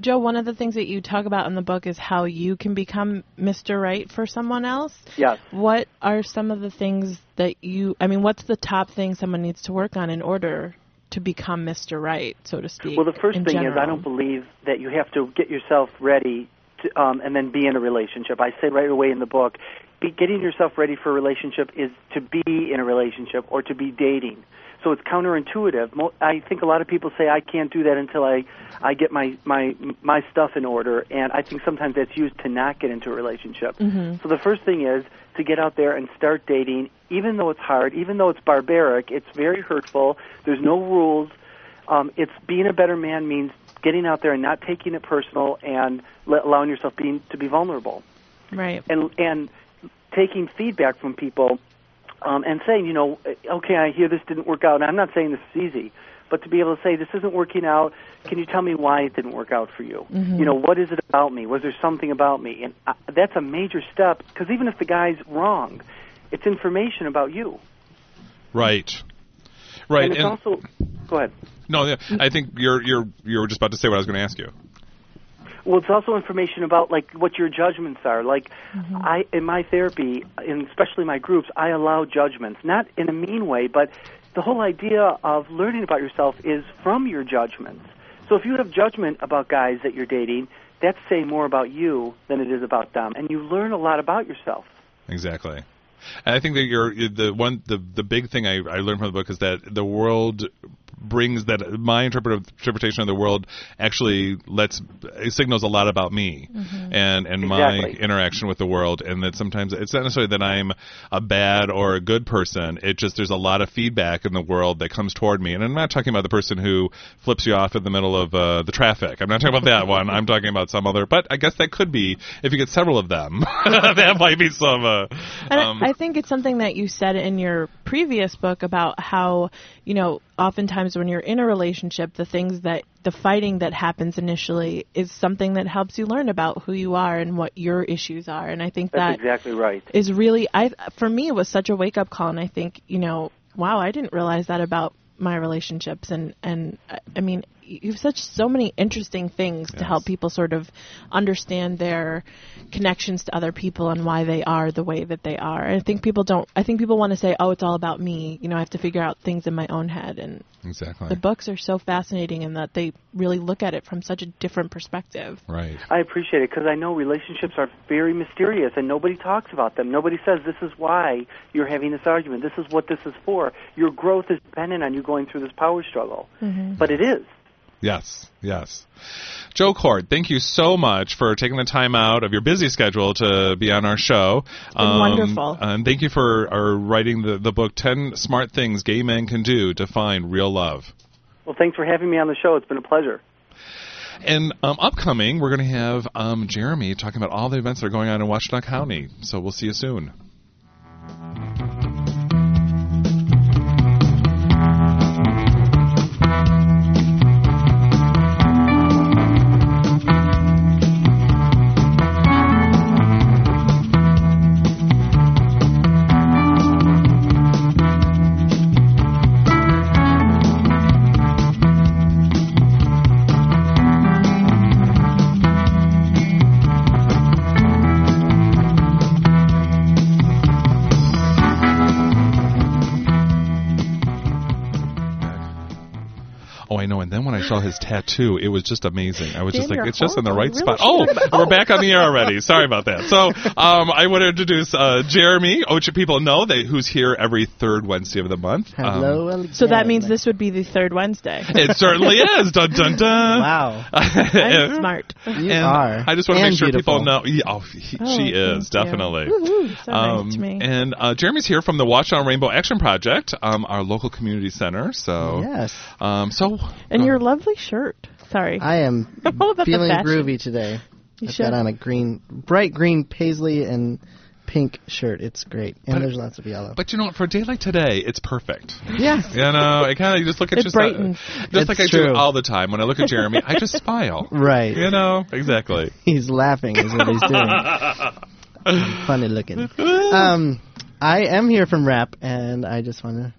S12: Joe, one of the things that you talk about in the book is how you can become Mr. Right for someone else.
S13: Yes.
S12: What are some of the things that you, I mean, what's the top thing someone needs to work on in order to become Mr. Right, so to speak?
S13: Well, the first
S12: in
S13: thing is I
S12: general?
S13: don't believe that you have to get yourself ready to, um, and then be in a relationship. I say right away in the book, be, getting yourself ready for a relationship is to be in a relationship or to be dating. So it's counterintuitive. Mo- I think a lot of people say I can't do that until I I get my my my stuff in order, and I think sometimes that's used to not get into a relationship.
S12: Mm-hmm.
S14: Mhm.
S13: So the first thing is to get out there and start dating, even though it's hard, even though it's barbaric, it's very hurtful. There's no rules. Um, it's being a better man means getting out there and not taking it personal and let, allowing yourself being to be vulnerable
S12: Right.
S13: and and taking feedback from people um, and saying, you know, okay, I hear this didn't work out. And I'm not saying this is easy, but to be able to say this isn't working out, can you tell me why it didn't work out for you?
S14: Mhm.
S13: You know, what is it about me? Was there something about me? And uh, that's a major step because even if the guy's wrong, it's information about you.
S11: Right. Right.
S13: And it's also go ahead.
S11: no, yeah, I think you're you're you were just about to say what I was going to ask you.
S13: Well, it's also information about like what your judgments are. Like, I in my therapy, and especially my groups, I allow judgments, not in a mean way, but the whole idea of learning about yourself is from your judgments. So if you have judgment about guys that you're dating, that's saying more about you than it is about them, and you learn a lot about yourself.
S11: Exactly. And I think that you're the one the the big thing I, I learned from the book is that the world brings that my interpret- interpretation of the world actually lets it signals a lot about me and and
S13: Exactly.
S11: my interaction with the world and that sometimes it's not necessarily that I'm a bad or a good person it just there's a lot of feedback in the world that comes toward me and I'm not talking about the person who flips you off in the middle of uh, the traffic I'm not talking about that one I'm talking about some other but I guess that could be if you get several of them *laughs* that might be some uh,
S12: And I-
S11: um,
S12: I think it's something that you said in your previous book about how, you know, oftentimes when you're in a relationship, the things that the fighting that happens initially is something that helps you learn about who you are and what your issues are. And I think
S13: That's
S12: that
S13: exactly right.
S12: is really I for me it was such a wake up call and I think, you know, wow, I didn't realize that about my relationships and and I- I mean, you have such so many interesting things to help people sort of understand their connections to other people and why they are the way that they are. I think people don't I think people want to say, "Oh, it's all about me." You know, I have to figure out things in my own head and
S11: exactly
S12: the books are so fascinating in that they really look at it from such a different perspective.
S11: Right.
S13: I appreciate it because I know relationships are very mysterious and nobody talks about them. Nobody says this is why you're having this argument. This is what this is for. Your growth is dependent on you going through this power struggle. But it is.
S11: Yes, yes. Joe Court, thank you so much for taking the time out of your busy schedule to be on our show. It's
S12: been wonderful.
S11: And thank you for uh, writing the, the book, 10 Smart Things Gay Men Can Do to Find Real Love.
S13: Well, thanks for having me on the show. It's been a pleasure.
S11: And um, upcoming, we're going to have um, Jeremy talking about all the events that are going on in Washtenaw County. So we'll see you soon. Oh, I know. And then when I saw his tattoo, it was just amazing. I was just like,
S14: Damn, you're
S11: it's just in the right
S14: horrible.
S11: spot.
S14: Really?
S11: Oh, we're back on the air already. Sorry about that. So um, I want to introduce uh, Jeremy. Ocha people know that who's here every third Wednesday of the month. Um,
S12: so that means this would be the third Wednesday.
S11: it certainly is. Dun dun dun. *laughs* Wow.
S12: I'm smart.
S11: You are. I just want to
S12: And
S11: make sure people
S12: beautiful.
S11: know. Yeah, oh, he-
S12: Oh,
S11: she is
S12: thank you.
S11: definitely.
S12: Woohoo, so nice to me.
S11: And uh, Jeremy's here from the Watch on Rainbow Action Project, um, our local community center. So
S12: Yes.
S11: Um, so
S12: And your lovely shirt. Sorry.
S6: I
S12: *laughs*
S6: am
S12: All about the
S6: feeling
S12: fashion.
S6: groovy today.
S12: You
S6: I've
S12: should.
S6: got on a green, bright green paisley and pink shirt. It's great, and
S11: But-
S6: there's lots of yellow.
S11: But you know what? For a day like today, it's perfect.
S6: Yeah.
S11: You know, it kind of you just look at
S6: It
S11: yourself.
S6: brightens.
S11: Just
S6: It's
S11: like I do
S6: true.
S11: all the time. When I look at Jeremy, I
S6: *laughs*
S11: just smile.
S6: Right.
S11: You know, exactly.
S6: He's laughing is what he's
S11: *laughs*
S6: doing.
S12: *laughs*
S6: Funny looking. Um, I am here from rap, and I just want to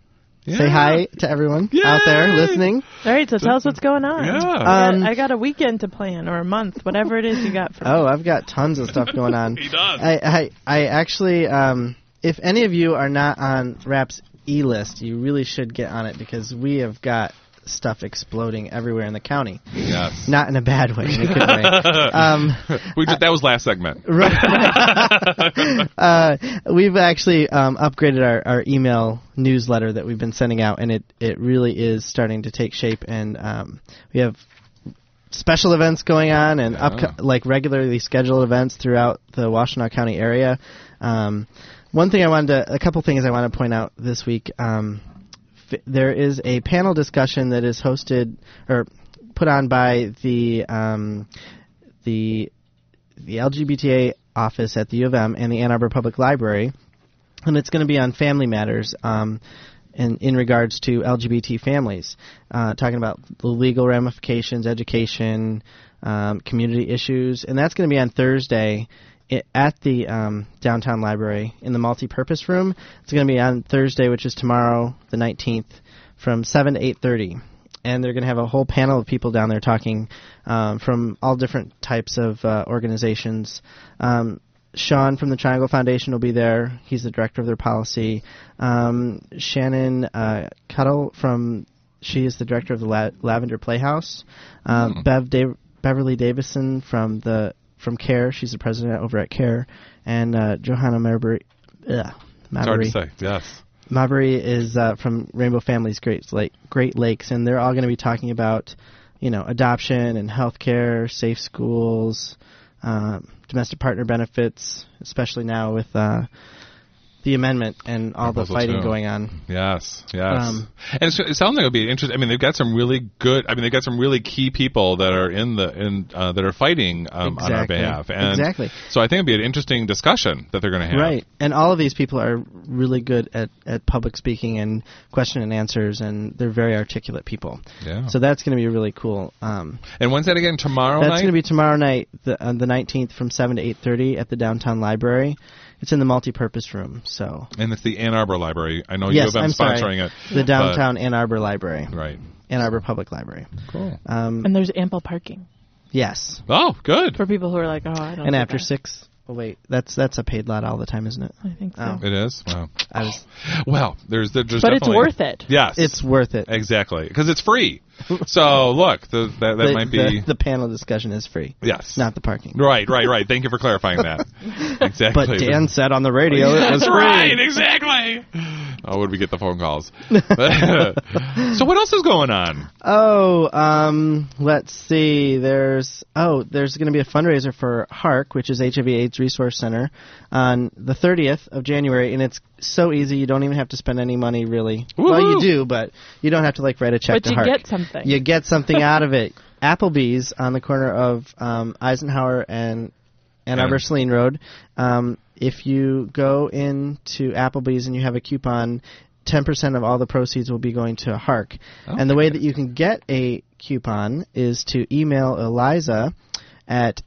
S6: Say hi to everyone out there listening.
S12: All right, so tell us what's going on.
S6: Yeah.
S12: I got-
S6: Um,
S12: I got a weekend to plan or a month, whatever it is
S6: *laughs*
S12: you got for
S6: Oh, I've got tons of stuff going on.
S12: *laughs* He does.
S6: I, I, I actually, um, if any of you are not on Rap's e list, you really should get on it because we have got stuff exploding everywhere in the county.
S11: Yes.
S6: Not in a bad way, in
S11: *laughs*
S6: a good way. Um,
S11: we did, that was last segment.
S6: *laughs*
S11: *laughs*
S6: uh, we've actually um, upgraded our, our email newsletter that we've been sending out, and it, it really is starting to take shape. And um, we have special events going on and upco- like regularly scheduled events throughout the Washtenaw County area. Um, one thing I wanted to, a couple things I want to point out this week. Um, f- there is a panel discussion that is hosted or put on by the um, the the LGBTA office at the U of M and the Ann Arbor Public Library, and it's going to be on family matters. Um, in, in regards to LGBT families, uh, talking about the legal ramifications, education, um, community issues, and that's going to be on Thursday i- at the um, downtown library in the multi-purpose room. It's going to be on Thursday, which is tomorrow, the 19th, from 7 to 8:30 and they're going to have a whole panel of people down there talking um, from all different types of uh, organizations. Um, Sean from the Triangle Foundation will be there. He's the director of their policy. Um, Shannon uh, Cuttle from she is the director of the La- Lavender Playhouse.
S11: Hmm.
S6: Um, Bev da- Beverly Davison from the from Care. She's the president over at Care, and uh, Johanna Marbury. Ugh,
S11: It's hard to
S6: Marbury.
S11: say. Yes.
S6: Mabry is uh, from Rainbow Families Great Lake, Great Lakes, and they're all going to be talking about, you know, adoption and healthcare, safe schools, um, domestic partner benefits, especially now with uh, the amendment and all the
S11: Proposal
S6: fighting
S11: two.
S6: going on.
S11: Yes, yes.
S6: Um,
S11: and it's, it sounds like it'll be interesting. I mean, they've got some really good. I mean, they've got some really key people that are in the in uh, that are fighting um, on our
S6: Exactly.
S11: behalf. And
S6: Exactly.
S11: So I think it'll be an interesting discussion that they're going to have.
S6: Right, and all of these people are really good at, at public speaking and question and answers, and they're very articulate people.
S11: Yeah.
S6: So that's going to be really cool. Um,
S11: And when's that again? Tomorrow
S6: That's
S11: night.
S6: going to be tomorrow night, the, uh, the 19th, from 7 to 8:30 at the downtown library. It's in the multi-purpose room. So
S11: and it's the Ann Arbor Library. I know
S6: yes,
S11: Oh, you have
S6: I'm
S11: been sponsoring
S6: sorry,
S11: it.
S6: the
S11: but-
S6: downtown Ann Arbor Library,
S11: Right.
S6: Ann Arbor Public Library.
S11: Cool.
S6: Um,
S12: And there's ample parking
S6: yes,
S11: Oh, good.
S12: for people who are like, oh, I don't.
S6: and
S12: do
S6: after
S12: that.
S6: six. Oh wait, that's that's a paid lot all the time, isn't it?
S12: I think so.
S11: It is. Wow.
S6: I was,
S11: Well, there's there's
S6: But it's
S11: definitely,
S6: worth it.
S11: Yes,
S6: It's worth it.
S11: Exactly, because it's free.
S6: *laughs*
S11: So look, the, that that
S6: the,
S11: might be
S6: the, the panel discussion is free.
S11: Yes.
S6: not the parking.
S11: Right, right, right. Thank you for clarifying
S6: *laughs*
S11: that. exactly.
S6: But Dan said on the radio it was
S11: That's *laughs*
S6: free.
S11: right,
S6: *laughs*
S11: exactly. Oh, would we get the phone calls? *laughs* so what else is going on?
S6: Oh, um, let's see. There's oh, there's going to be a fundraiser for HARC, which is HIV/AIDS Resource Center, on the 30th of January, and it's so easy. You don't even have to spend any money, really. Well, you
S12: Woohoo!
S6: do, but you don't have to like write a check
S12: But
S6: to
S12: you
S6: HARC.
S12: get something.
S6: You get
S12: *laughs*
S6: something out of it. Applebee's on the corner of um, Eisenhower and Ann Arbor
S11: And-
S6: Saline Road. Um, if you go into Applebee's and you have a coupon, 10% of all the proceeds will be going to Hark. and the way that you can get a coupon is to email Eliza at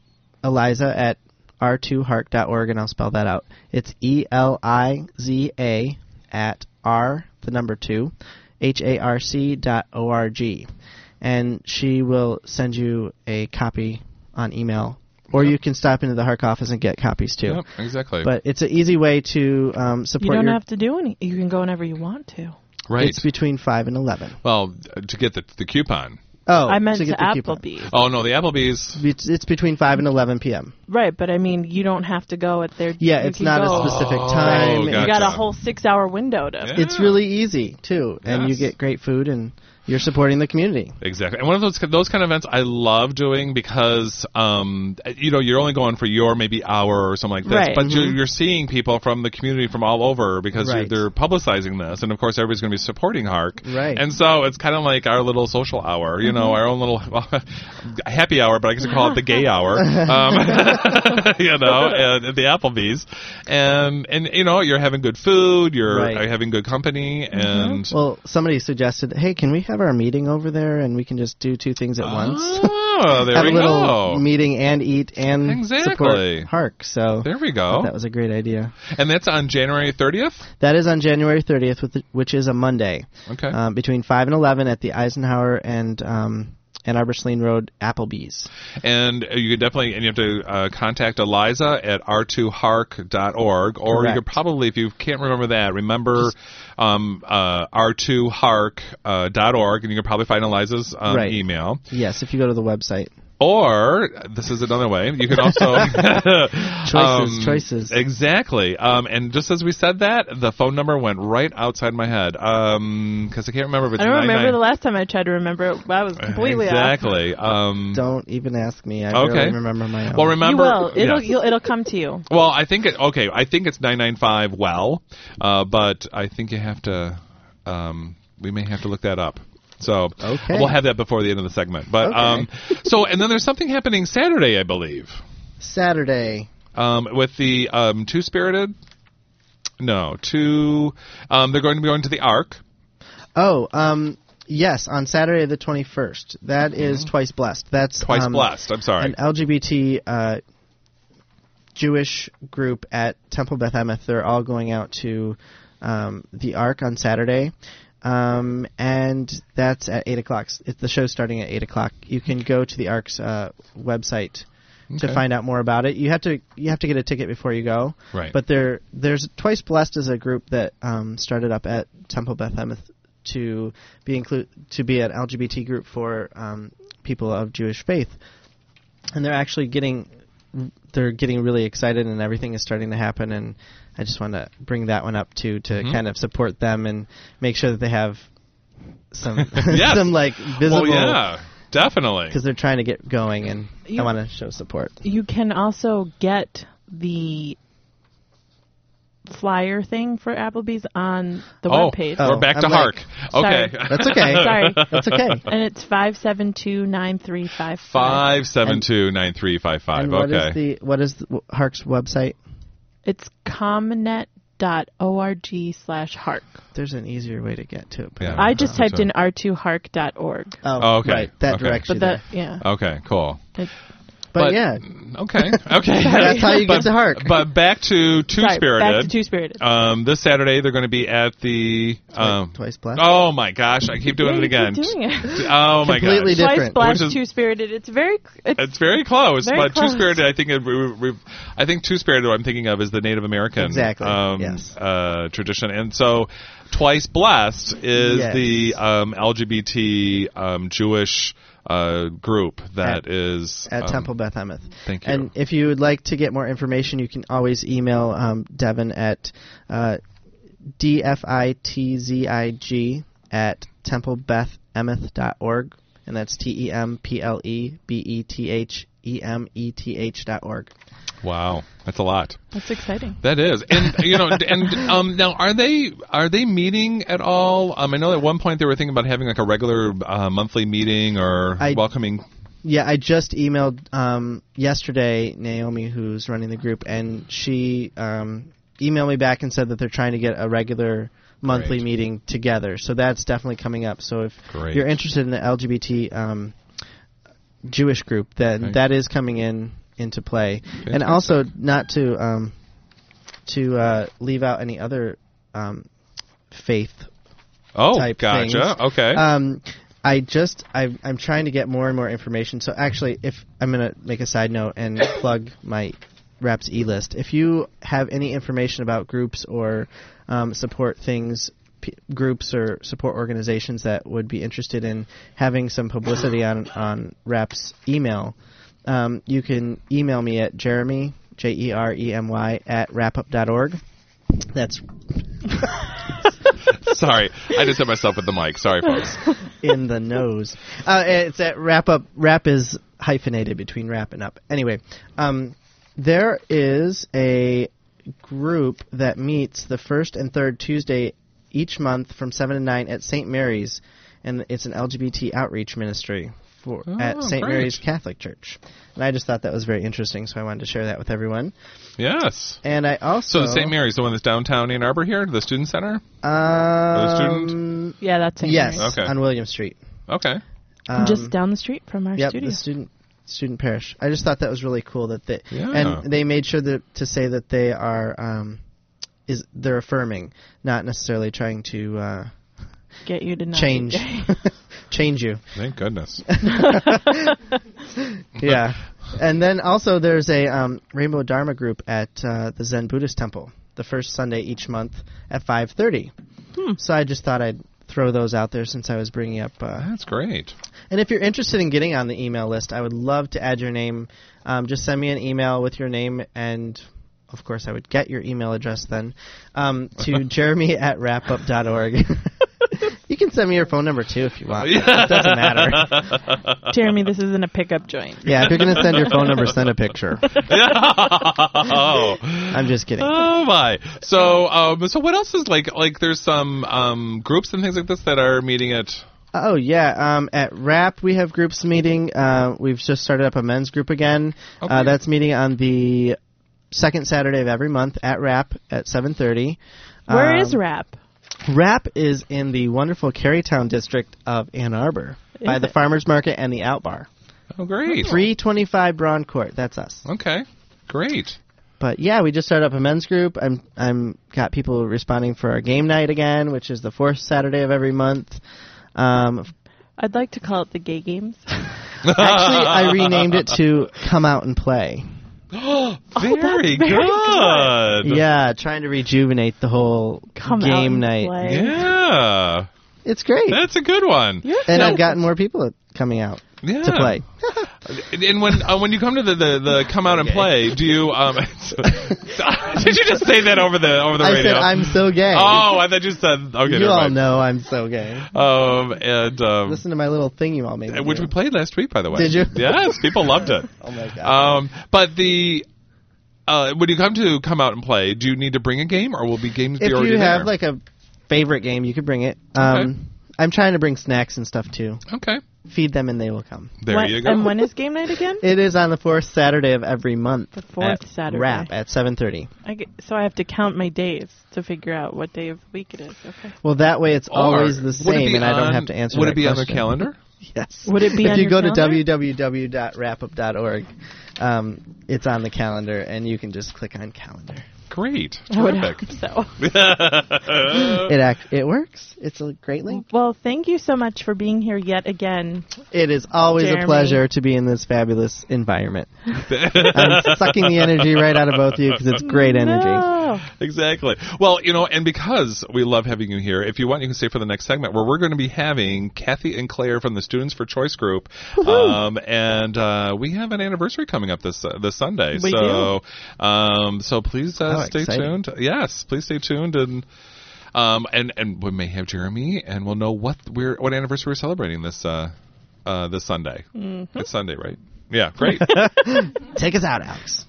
S6: Eliza at r2hark.org, and I'll spell that out. It's E L I Z A at r the number two h a r c dot o r g, and she will send you a copy on email. Or you can stop into the Hark office and get copies too.
S11: Yep, exactly.
S6: But it's an easy way to um,
S12: You
S6: support
S12: don't
S6: your.
S12: have to do any. You can go whenever you want to.
S11: Right.
S6: It's between five and eleven.
S11: Well, to get the the coupon.
S6: Oh,
S12: I meant
S6: so
S12: to
S6: you get the coupon.
S12: Applebee's.
S11: Oh no, the Applebee's.
S6: It's, it's between five and eleven p.m.
S12: Right, but I mean, you don't have to go at their.
S6: Yeah,
S12: you
S6: it's
S12: can
S6: not
S12: go-
S6: a specific
S11: Oh,
S6: time.
S12: You got a whole six-hour window to.
S6: It's really easy too, and you get great food, and you're supporting the community.
S11: Exactly, and one of those those kind of events I love doing because um you know you're only going for your maybe hour or something like this,
S6: Right.
S11: but you're,
S6: Mhm.
S11: you're seeing people from the community from all over because
S6: Right.
S11: they're publicizing this, and of course everybody's going to be supporting Hark,
S6: Right.
S11: And so it's kind of like our little social hour, you know,
S6: Mhm.
S11: our own little *laughs* happy hour, but I guess I call it the
S6: *laughs*
S11: gay hour, um, *laughs* you know, and, at the Applebee's, and and you know you're having good food, you're
S6: Right. Mm-hmm.
S11: having good company, and
S6: Well, somebody suggested, "Hey, can we have our meeting over there and we can just do two things at once?" *laughs*
S11: Oh, there
S6: have
S11: we
S6: a little
S11: go.
S6: meeting and eat and
S11: Exactly.
S6: support Hark. So
S11: There we
S6: I thought
S11: go.
S6: that was a great idea.
S11: And that's on January 30th?
S6: That is on January 30th, with the- which is a Monday.
S11: Okay.
S6: Um, between five and eleven at the Eisenhower and um, Ann Arbor Saline Road Applebee's.
S11: And you could definitely, and you have to uh, contact Eliza at r2hark.org, or you
S6: Correct.
S11: could probably, if you can't remember that, remember um, uh, r2hark.org, uh, dot org, and you can probably find Eliza's um,
S6: Right.
S11: email.
S6: Yes, if you go to the website.
S11: Or this is another way. You can *laughs* also choices,
S6: choices.
S11: um, Exactly. Um, and just as we said that, the phone number went right outside my head because I can't remember. If it's
S12: I don't remember
S11: 99
S12: the last time I tried to remember it. I was completely
S11: Uh, exactly. Um,
S6: Don't even ask me. I
S11: Okay.
S6: barely remember my own.
S11: Well,
S12: off. You
S11: remember.
S12: will. It'll
S11: yeah.
S12: you'll, it'll come to you.
S11: Well, I think it, okay. I think it's nine nine five. Well, uh, but I think you have to. Um, we may have to look that up. So
S6: Okay.
S11: we'll have that before the end of the segment. But um, so and then there's something happening Saturday, I believe,
S6: Saturday.
S11: um, with the um, Two Spirited. No, two. Um, they're going to be going to the Ark.
S6: Oh, um, yes, on Saturday the 21st. That is Twice Blessed. That's
S11: Mm-hmm. Twice
S6: um,
S11: Blessed, I'm sorry.
S6: An LGBT uh, Jewish group at Temple Beth Emmeth. They're all going out to um, the Ark on Saturday. Um, and that's at 8 o'clock. It's the show's starting at 8 o'clock. You can go to the Ark's uh, website. To
S11: Okay.
S6: find out more about it, you have to you have to get a ticket before you go.
S11: Right.
S6: But there, there's Twice Blessed is a group that um, started up at Temple Beth Emmeth to be include to be an LGBT group for um, people of Jewish faith, and they're actually getting they're getting really excited and everything is starting to happen and I just want to bring that one up too to
S11: Mhm.
S6: kind of support them and make sure that they have
S11: *laughs*
S6: some *laughs*
S11: Yes.
S6: some like visible
S11: Well, yeah, definitely.
S6: because they're trying to get going and
S12: You-
S6: I want to show support.
S12: You can also get the flyer thing for Applebee's on the
S11: oh,
S12: webpage.
S11: we're back to Hark. Okay,
S12: Sorry.
S6: Sorry.
S12: *laughs* Sorry.
S6: That's okay.
S12: And it's five seven two nine three five five.
S11: Five seven two nine three five five.
S6: And what is
S11: Okay.
S6: the what is the, wh- Hark's website?
S12: It's comnet.org slash hark.
S6: There's an easier way to get to it. but
S11: Yeah.
S12: I just
S11: think
S12: typed
S11: so.
S12: in r2hark.org.
S6: Oh,
S11: Oh, okay.
S6: right. That
S11: okay.
S6: directs you
S12: But that,
S6: there.
S12: yeah.
S11: Okay, cool.
S12: It's-
S6: But, yeah,
S11: Okay. *laughs* Okay.
S6: *laughs* That's how you
S11: but,
S6: get to Hark.
S11: But back to Two Spirited.
S12: back to Two Spirited.
S11: Um, this Saturday they're going to be at the. Um,
S6: Twice Blessed.
S11: oh my gosh! I keep doing it
S12: Yeah,
S11: again.
S12: you keep doing it.
S11: *laughs* Oh my
S6: Completely
S11: gosh!
S6: different.
S12: Splash
S11: Which is-
S12: Two Spirited. It's very. It's,
S11: It's very close,
S12: Very
S11: but Two
S12: close.
S11: Spirited. I think it, we, we, I think Two Spirited. What I'm thinking of is the Native American
S6: Exactly,
S11: um,
S6: yes.
S11: uh, tradition, and so Twice Blessed is
S6: Yes.
S11: the um, LGBT um, Jewish uh, group that is
S6: at
S11: um,
S6: Temple Beth Emmeth.
S11: Thank you.
S6: And if you would like to get more information, you can always email um, Devin at uh, dfitzig at templebethemeth.org, and that's T E M P L E B E T H E M E T H dot org.
S11: Wow, that's a lot.
S12: that's exciting.
S11: That is, and you know, and um, now are they are they meeting at all? Um, I know at one point they were thinking about having like a regular uh, monthly meeting or
S6: I-
S11: welcoming.
S6: Yeah, I just emailed um, yesterday Naomi, who's running the group, and she um, emailed me back and said that they're trying to get a regular monthly
S11: Great.
S6: meeting together. So that's definitely coming up. So if
S11: Great.
S6: you're interested in the LGBT um, Jewish group, then
S11: Right.
S6: that is coming in into play. And also, not to um, to uh, leave out any other um, faith
S11: Oh,
S6: type
S11: gotcha.
S6: things.
S11: Okay.
S6: Um, I just I, I'm trying to get more and more information. So actually, if I'm gonna make a side note
S11: *coughs*
S6: and plug my Raps e list. If you have any information about groups or um, support things, p- groups or support organizations that would be interested in having some publicity on on Raps email, um, you can email me at Jeremy J E R E M Y at wrapup.org.
S11: *laughs*
S6: That's
S11: Sorry, I just hit myself with the mic. Sorry,
S6: *laughs*
S11: folks.
S6: in the nose. Uh, it's at wrap up. Wrap is hyphenated between wrap and up. Anyway, um, there is a group that meets the first and third Tuesday each month from seven to nine at St. Mary's, and it's an LGBT outreach ministry for at
S11: Oh,
S6: St.
S11: great.
S6: Mary's Catholic Church. And I just thought that was very interesting, so I wanted to share that with everyone.
S11: Yes.
S6: And I
S11: So
S6: also
S11: the St. Mary's, the one that's downtown Ann Arbor here, the student center.
S6: um,
S11: student?
S12: Yeah, that's
S6: yes
S11: Okay.
S6: on William Street.
S11: Okay.
S6: Um,
S12: Just down the street from our
S6: yep,
S12: studio.
S6: the student student parish. I just thought that was really cool that they
S11: Yeah.
S6: and they made sure that to say that they are um, is they're affirming, not necessarily trying to uh,
S12: Get you to not be
S6: change
S12: gay.
S6: *laughs* change you.
S11: Thank
S6: *laughs*
S12: *laughs*
S11: goodness.
S6: yeah. And then also there's a um, Rainbow Dharma group at uh, the Zen Buddhist Temple the first Sunday each month at 5:30. So I just thought I'd throw those out there since I was bringing up. Uh,
S11: That's great.
S6: And if you're interested in getting on the email list, I would love to add your name. Um, just send me an email with your name and. Of course, I would get your email address then um, to jeremy at wrapup.org. *laughs* you can send me your phone number too if you want. It doesn't matter.
S12: Jeremy, this isn't a pickup joint.
S6: Yeah, if you're gonna send your phone number, send a picture. I'm just kidding.
S11: Oh my! So, um, so what else is like? Like, there's some um, groups and things like this that are meeting at.
S6: Oh yeah, um, at RAP we have groups meeting. Uh, we've just started up a men's group again. Uh,
S11: Okay.
S6: that's meeting on the second Saturday of every month at RAP at 7:30.
S12: Where
S6: Where
S12: is
S6: is
S12: rap?
S6: RAP is in the wonderful Carytown district of Ann Arbor
S12: Is
S6: by the
S12: it?
S6: farmers market and the out bar.
S11: Oh, great!
S6: 325 Braun Court. That's us.
S11: Okay, great.
S6: But yeah, we just started up a men's group. I'm I'm got people responding for our game night again, which is the fourth Saturday of every month. Um,
S12: *laughs* I'd like to call it the gay games.
S6: *laughs* actually,
S11: *laughs*
S6: I
S11: *gasps*
S6: renamed it to "Come Out and Play."
S11: Oh, very,
S12: Oh, very
S11: good.
S6: Yeah, trying to rejuvenate the whole
S12: Come out
S6: game
S12: and
S6: night.
S12: play.
S11: Yeah,
S6: It's great,
S11: that's a good one.
S6: and I've gotten more people coming out
S11: Yeah.
S6: to play.
S11: And when uh, when you come to the, the, the come out and play, do you
S6: *laughs*
S11: um? *laughs* did you just say that over the over the
S6: I
S11: radio?
S6: said I'm so gay.
S11: Oh, I thought you said okay.
S6: you
S11: never
S6: all
S11: mind.
S6: know I'm so gay.
S11: Um, and um,
S6: Listen to my little thing you all made. me
S11: which
S6: do.
S11: we played last week, by the way.
S6: Did you?
S11: Yes, people loved it.
S6: *laughs* Oh my god.
S11: Um, but the uh, when you come to come out and play, do you need to bring a game, or will be games be
S6: if
S11: already
S6: you have
S11: there?
S6: like a favorite game, you could bring it. Um, I'm trying to bring snacks and stuff too.
S11: Okay.
S6: Feed them and they will come.
S11: there
S12: When-
S11: you go.
S12: And when is game night again?
S6: It is on the fourth Saturday of every month. The
S12: fourth Saturday.
S6: Wrap at 7:30.
S12: I get, so I have to count my days to figure out what day of the week it is. Okay.
S6: Well, that way it's
S11: Or
S6: always the
S11: would it be
S6: same, and I
S11: on-
S6: don't have to answer.
S11: Would it
S6: that
S11: be on
S6: question.
S11: their calendar?
S6: *laughs* Yes.
S12: Would it be
S6: If
S12: on
S6: you
S12: your
S6: go
S12: calendar?
S6: to www.wrapup.org, um, it's on the calendar, and you can just click on calendar.
S11: Great.
S12: I would
S11: Terrific.
S12: hope
S11: *laughs*
S12: so.
S6: it act it works. It's a great link.
S12: Well, thank you so much for being here yet again.
S6: It is always
S12: Jeremy.
S6: a pleasure to be in this fabulous
S12: *laughs*
S6: environment. I'm sucking the energy right out of both of you because it's great energy.
S12: No.
S11: Exactly. Well, you know, and because we love having you here, if you want, you can stay for the next segment where we're going to be having Kathy and Claire from the Students for Choice group, um, and uh, we have an anniversary coming up this uh, this Sunday.
S12: We
S11: so, Um, so please uh,
S6: How
S11: stay
S6: exciting.
S11: tuned. Yes, please stay tuned and. Um, and, and we may have Jeremy, and we'll know what we're what anniversary we're celebrating this uh, uh, this Sunday.
S12: Mm-hmm.
S11: It's Sunday, right? Yeah, great.
S6: *laughs* Take us out, Alex.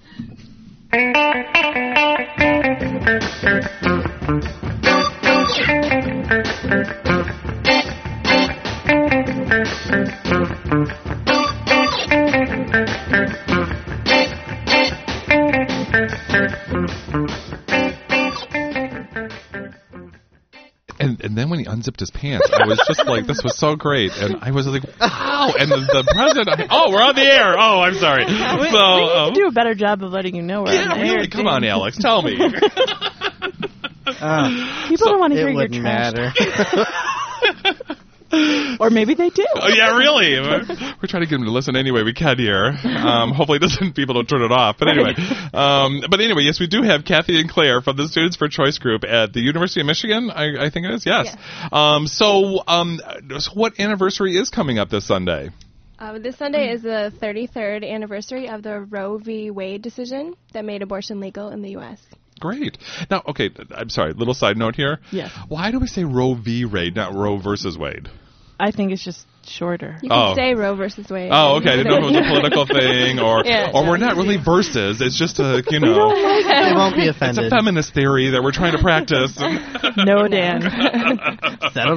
S11: And and then when he unzipped his pants, I was just like, "This was so great!" And I was like, "Wow!" And the, the president, I- oh, we're on the air. Oh, I'm sorry.
S12: We,
S11: so,
S12: we need
S11: um,
S12: to do a better job of letting you know we're
S11: yeah,
S12: on air,
S11: really, come on,
S12: James.
S11: Alex, tell me. um,
S12: People don't want to hear
S6: It
S12: your
S6: wouldn't
S12: trash.
S6: matter.
S12: *laughs* Or maybe they do.
S11: oh yeah, really. We're, we're trying to get him to listen anyway we can here. Um, hopefully, it doesn't *laughs* people don't turn it off. But anyway, um, but anyway, yes, we do have Kathy and Claire from the Students for Choice group at the University of Michigan. I, I think it is. Yes. Um, so, um, so what anniversary is coming up this Sunday?
S14: Um, this Sunday is the 33rd anniversary of the Roe v. Wade decision that made abortion legal in the U.S.
S11: Great. Now, okay, I'm sorry. Little side note here.
S14: Yes.
S11: Why do we say Roe v. Wade, not Roe versus Wade?
S12: I think it's just shorter.
S14: You
S11: Oh.
S14: can say Roe versus Wade.
S11: Oh, okay. I didn't know if it was a *laughs* political thing, or
S14: *laughs* Yeah,
S11: or we're not really versus. It's just a you know,
S6: They won't be
S11: it's a
S6: offended.
S11: feminist theory that we're trying to practice.
S12: *laughs* no, Dan.
S6: *laughs* Settle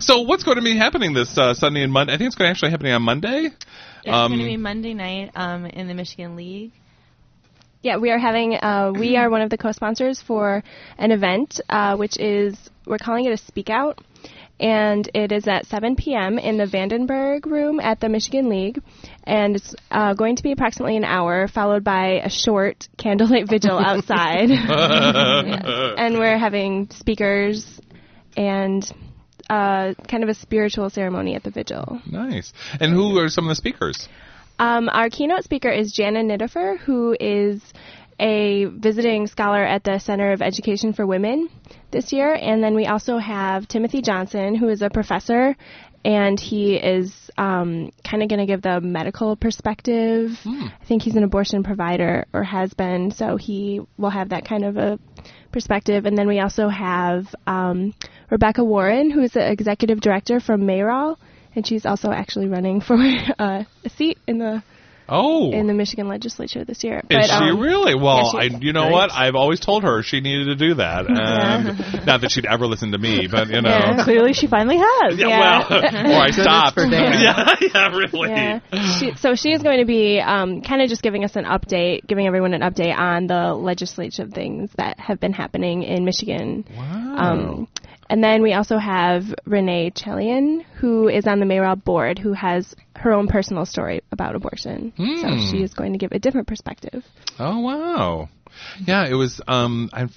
S11: *laughs* so, what's going to be happening this uh, Sunday and Monday? I think it's going to actually happening on Monday. Um,
S15: It's going to be Monday night um, in the Michigan League.
S14: Yeah, we are having, uh, we are one of the co sponsors for an event, uh, which is, we're calling it a speak out. and it is at 7 p.m. in the Vandenberg Room at the Michigan League, and it's uh, going to be approximately an hour, followed by a short candlelight
S12: *laughs*
S14: vigil outside. *laughs*
S7: *laughs*
S14: Hmm. and we're having speakers and uh, kind of a spiritual ceremony at the vigil.
S11: Nice. And who are some of the speakers?
S14: Um, our keynote speaker is Jana Nitifer, who is a visiting scholar at the Center of Education for Women this year. And then we also have Timothy Johnson, who is a professor, and he is um, kind of going to give the medical perspective. I think he's an abortion provider or has been, so he will have that kind of a perspective. And then we also have um, Rebecca Warren, who is the executive director from Mayrol, and she's also actually running for *laughs* uh, a seat in the
S11: Oh.
S14: in the Michigan legislature this year.
S11: Is she
S14: um,
S11: really?
S14: yeah,
S11: Well,
S14: she
S11: I,
S14: is.
S11: you know what? I've always told her she needed to do
S14: *laughs*
S11: that. And Not that she'd ever listen to me, but you know.
S12: Yeah,
S11: *laughs*
S12: clearly she finally has.
S11: Yeah,
S12: *laughs*
S11: well, *laughs* or I stopped. *laughs* yeah, yeah, really.
S14: Yeah. She, so she is going to be um, kind of just giving us an update, giving everyone an update on the legislative things that have been happening in Michigan. Wow. Um, and then we also have Renee Chelian, who is on the Mayrol board, who has her own personal story about abortion.
S11: Hmm.
S14: So she is going to give a different perspective.
S11: Oh wow, yeah, it was. Um, I've.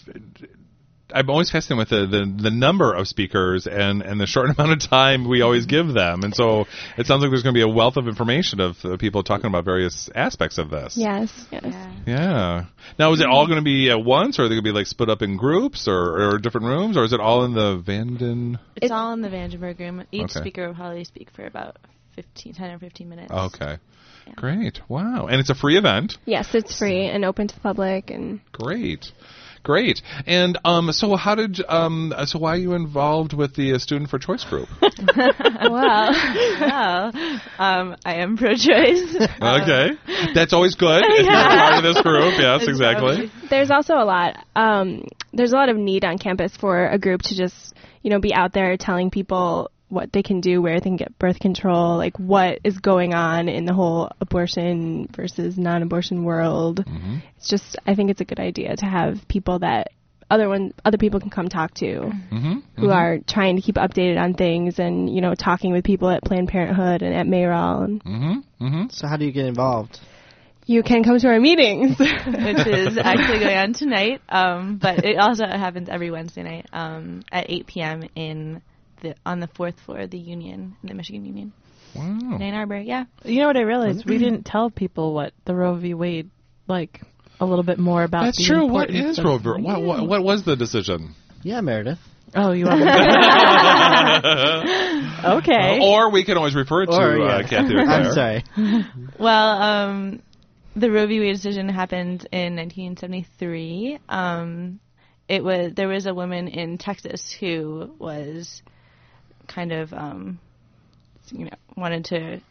S11: I'm always fascinated with the, the, the number of speakers and, and the short *laughs* amount of time we always give them. And so it sounds like there's going to be a wealth of information of uh, people talking about various aspects of this.
S14: Yes. Yes.
S11: Yeah. Now, is it all going to be at once, or are they going to be like split up in groups or, or different rooms, or is it all in the Vanden?
S15: It's, all in the Vandenberg room. Each
S11: Okay.
S15: speaker will probably speak for about 15, 10 or 15 minutes. *laughs*
S11: Okay. Great. Wow. And it's a free event.
S14: Yes, it's free and open to the public and
S11: Great. Great. And um, so how did um, so why are you involved with the uh, student for choice
S12: *laughs*
S11: group?
S15: well, well, um, I am pro-choice.
S11: *laughs* okay. That's always *laughs* good. If you're part of this group. Yes, exactly.
S14: There's also a lot. Um, there's a lot of need on campus for a group to just, you know, be out there telling people what they can do, where they can get birth control, like what is going on in the whole abortion versus non-abortion world.
S11: Mm-hmm.
S14: It's just, I think it's a good idea to have people that other one, other people can come talk to,
S11: Mm-hmm.
S14: who are trying to keep updated on things and you know talking with people at Planned Parenthood and at Mayrol. And
S11: Mm-hmm. Mm-hmm.
S6: So how do you get involved?
S14: you can come to our meetings, which
S15: *laughs* um, which is actually going
S14: *laughs*
S15: on tonight. Um, but it also happens every Wednesday night um, at 8 p.m. in the on the fourth floor of the Union, in the Michigan Union, in Ann Arbor. Yeah.
S12: You know what I realized? We didn't tell people what the Roe v. Wade like a little bit more about.
S11: That's
S12: the
S11: true. What
S12: importance
S11: is
S12: of-
S11: Rover? What, what what was the decision?
S6: Yeah, Meredith.
S12: Oh, you
S11: *laughs*
S12: want? Okay.
S11: Or we can always refer to
S6: Or,
S11: uh,
S6: yes. *laughs*
S11: Kathy. or
S6: I'm
S11: Claire.
S6: sorry.
S15: *laughs* Well, um, the Roe v. Wade decision happened in 1973. Um, it was there was a woman in Texas who was kind of um, you know wanted to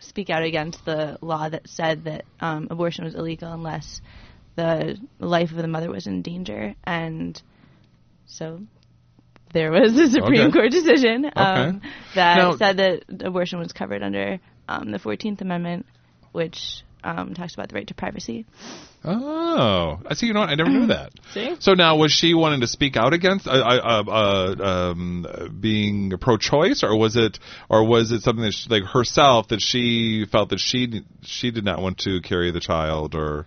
S15: speak out against the law that said that um, abortion was illegal unless the life of the mother was in danger, and so there was a Supreme
S12: Okay.
S15: Court decision um,
S12: Okay.
S15: that
S12: Now-
S15: said that abortion was covered under um, the Fourteenth Amendment, which um, talks about the right to privacy.
S11: Oh, I see. You know what? I never knew that.
S15: See?
S11: So now, was she wanting to speak out against uh, uh, uh, um, uh, being pro-choice, or was it, or was it something that she, like herself that she felt that she she did not want to carry the child, or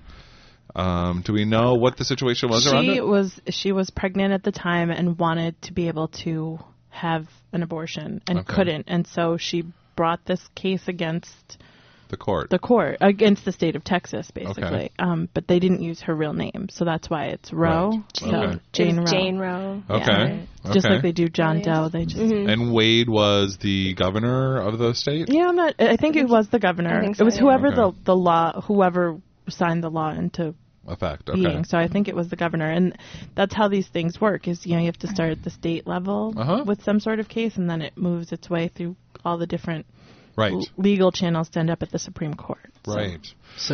S11: um, do we know what the situation was around
S12: she
S11: it?
S12: was she was pregnant at the time and wanted to be able to have an abortion and
S11: Okay.
S12: couldn't, and so she brought this case against
S11: The court.
S12: the court against the state of Texas, basically.
S11: Okay.
S12: Um, but they didn't use her real name, so that's why it's Roe.
S11: Right.
S12: So
S11: Okay.
S12: Jane
S14: It
S12: Roe.
S14: was Jane Roe. Mm-hmm.
S11: Okay.
S12: Yeah. Just
S11: Okay.
S12: like they do John Doe, they just.
S11: and Wade was the governor of the state.
S12: Yeah, I'm not. I think it was the governor.
S11: I think
S12: it was
S11: so, yeah.
S12: whoever
S11: Okay.
S12: the the law, whoever signed the law into
S11: Effect. Okay.
S12: being. So I think it was the governor, and that's how these things work. Is you know you have to start at the state level
S11: Uh-huh.
S12: with some sort of case, and then it moves its way through all the different
S11: Right.
S12: l- legal channels to end up at the Supreme Court. So-
S6: So,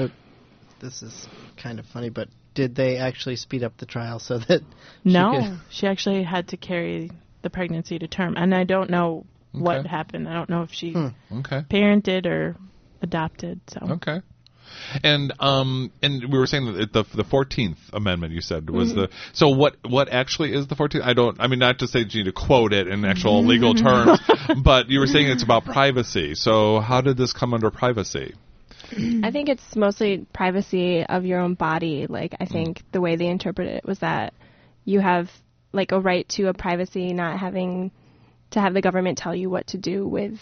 S6: this is kind of funny, but did they actually speed up the trial so that she
S12: No,
S11: *laughs*
S6: could-
S12: she, actually had to carry the pregnancy to term, and I don't know what
S11: Okay.
S12: happened. I don't know if she
S11: Hmm. Okay.
S12: parented or adopted. So
S11: Okay. And um, and we were saying that it- the the Fourteenth Amendment you said was
S9: Mhm.
S11: the so what what actually is the Fourteenth? I don't. I mean, not to say that you need to quote it in actual legal terms, but you were saying it's about privacy. So how did this come under privacy?
S14: I think it's mostly privacy of your own body. Like I think the way they interpreted it was that you have like a right to a privacy, not having to have the government tell you what to do with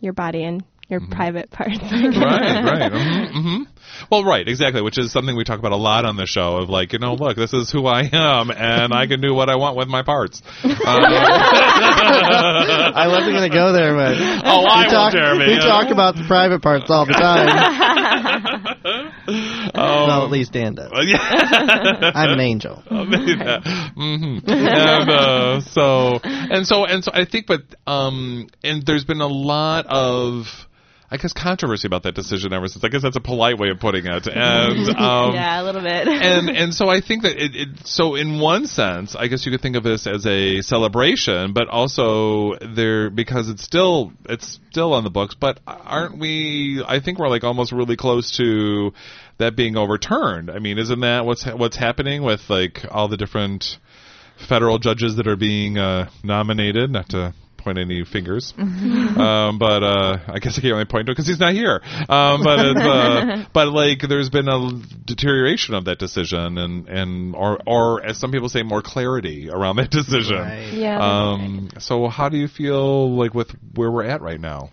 S14: your body and your private parts.
S11: right, Mm-hmm.
S14: *laughs*
S11: right. hmm Well, right, exactly, which is something we talk about a lot on the show of like, you know, look, this is who I am, and I can do what I want with my parts. Um,
S6: *laughs* I wasn't going to go there, but
S11: *laughs* Oh, I
S6: we
S11: will,
S6: talk,
S11: Jeremy,
S6: We *laughs*
S11: yeah.
S6: talk about the private parts all
S11: *laughs*
S6: the time.
S11: Oh.
S6: well, at least
S12: *laughs*
S6: Dan does. I'm an angel.
S11: hmm and uh, so and so and so I think but um and there's been a lot of I guess controversy about that decision ever since. I guess that's a polite way of putting it. And um
S15: yeah, a little bit. *laughs*
S11: *laughs* and and so I think that it, it so in one sense I guess you could think of this as a celebration, but also there because it's still it's still on the books. But aren't we? I think we're like almost really close to that being overturned. I mean, isn't that what's what's happening with like all the different federal judges that are being uh, nominated? Not to point any fingers, um, but uh, I guess I can't really point to it because he's not here. Um, but it's, uh, but like there's been a deterioration of that decision, and and or or as some people say, more clarity around that decision.
S14: Yeah.
S11: Um, So how do you feel like with where we're at right now?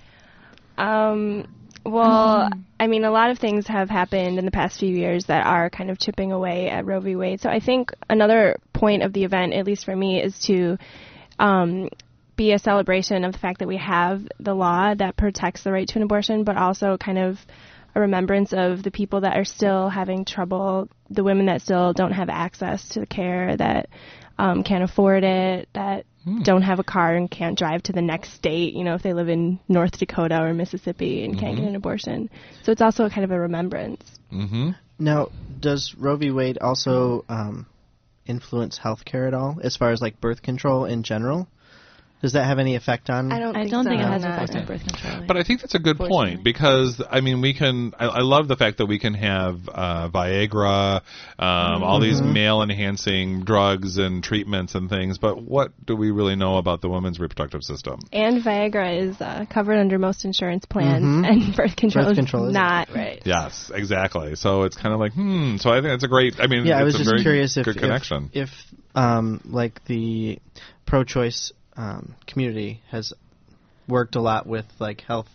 S14: Um, well, I mean, a lot of things have happened in the past few years that are kind of chipping away at Roe v. Wade. So I think another point of the event, at least for me, is to um, be a celebration of the fact that we have the law that protects the right to an abortion, but also kind of a remembrance of the people that are still having trouble, the women that still don't have access to the care, that um, can't afford it, that don't have a car and can't drive to the next state, you know, if they live in North Dakota or Mississippi and can't get an abortion. So it's also kind of a remembrance.
S11: Mm-hmm.
S6: Now, does Roe v. Wade also um, influence healthcare at all, as far as like birth control in general? Does that have any effect on?
S14: I don't
S15: I
S14: think
S15: don't
S14: so.
S15: think it
S14: No,
S15: has an
S14: not.
S15: effect on birth control.
S11: But I think that's a good point because I mean we can. I, I love the fact that we can have uh, Viagra, um, all these
S9: Mhm.
S11: male enhancing drugs and treatments and things. But what do we really know about the woman's reproductive system?
S14: And Viagra is uh, covered under most insurance plans,
S11: Mhm.
S14: and *laughs* birth control,
S11: Birth control
S14: is
S11: is-
S14: not right.
S11: Yes, exactly. So it's kind of like hmm. So I think that's a great. I mean,
S6: yeah, I
S11: it's
S6: was
S11: a
S6: just
S11: very
S6: curious if
S11: good
S6: if-
S11: connection.
S6: if, um, like the pro-choice um, community has worked a lot with like health.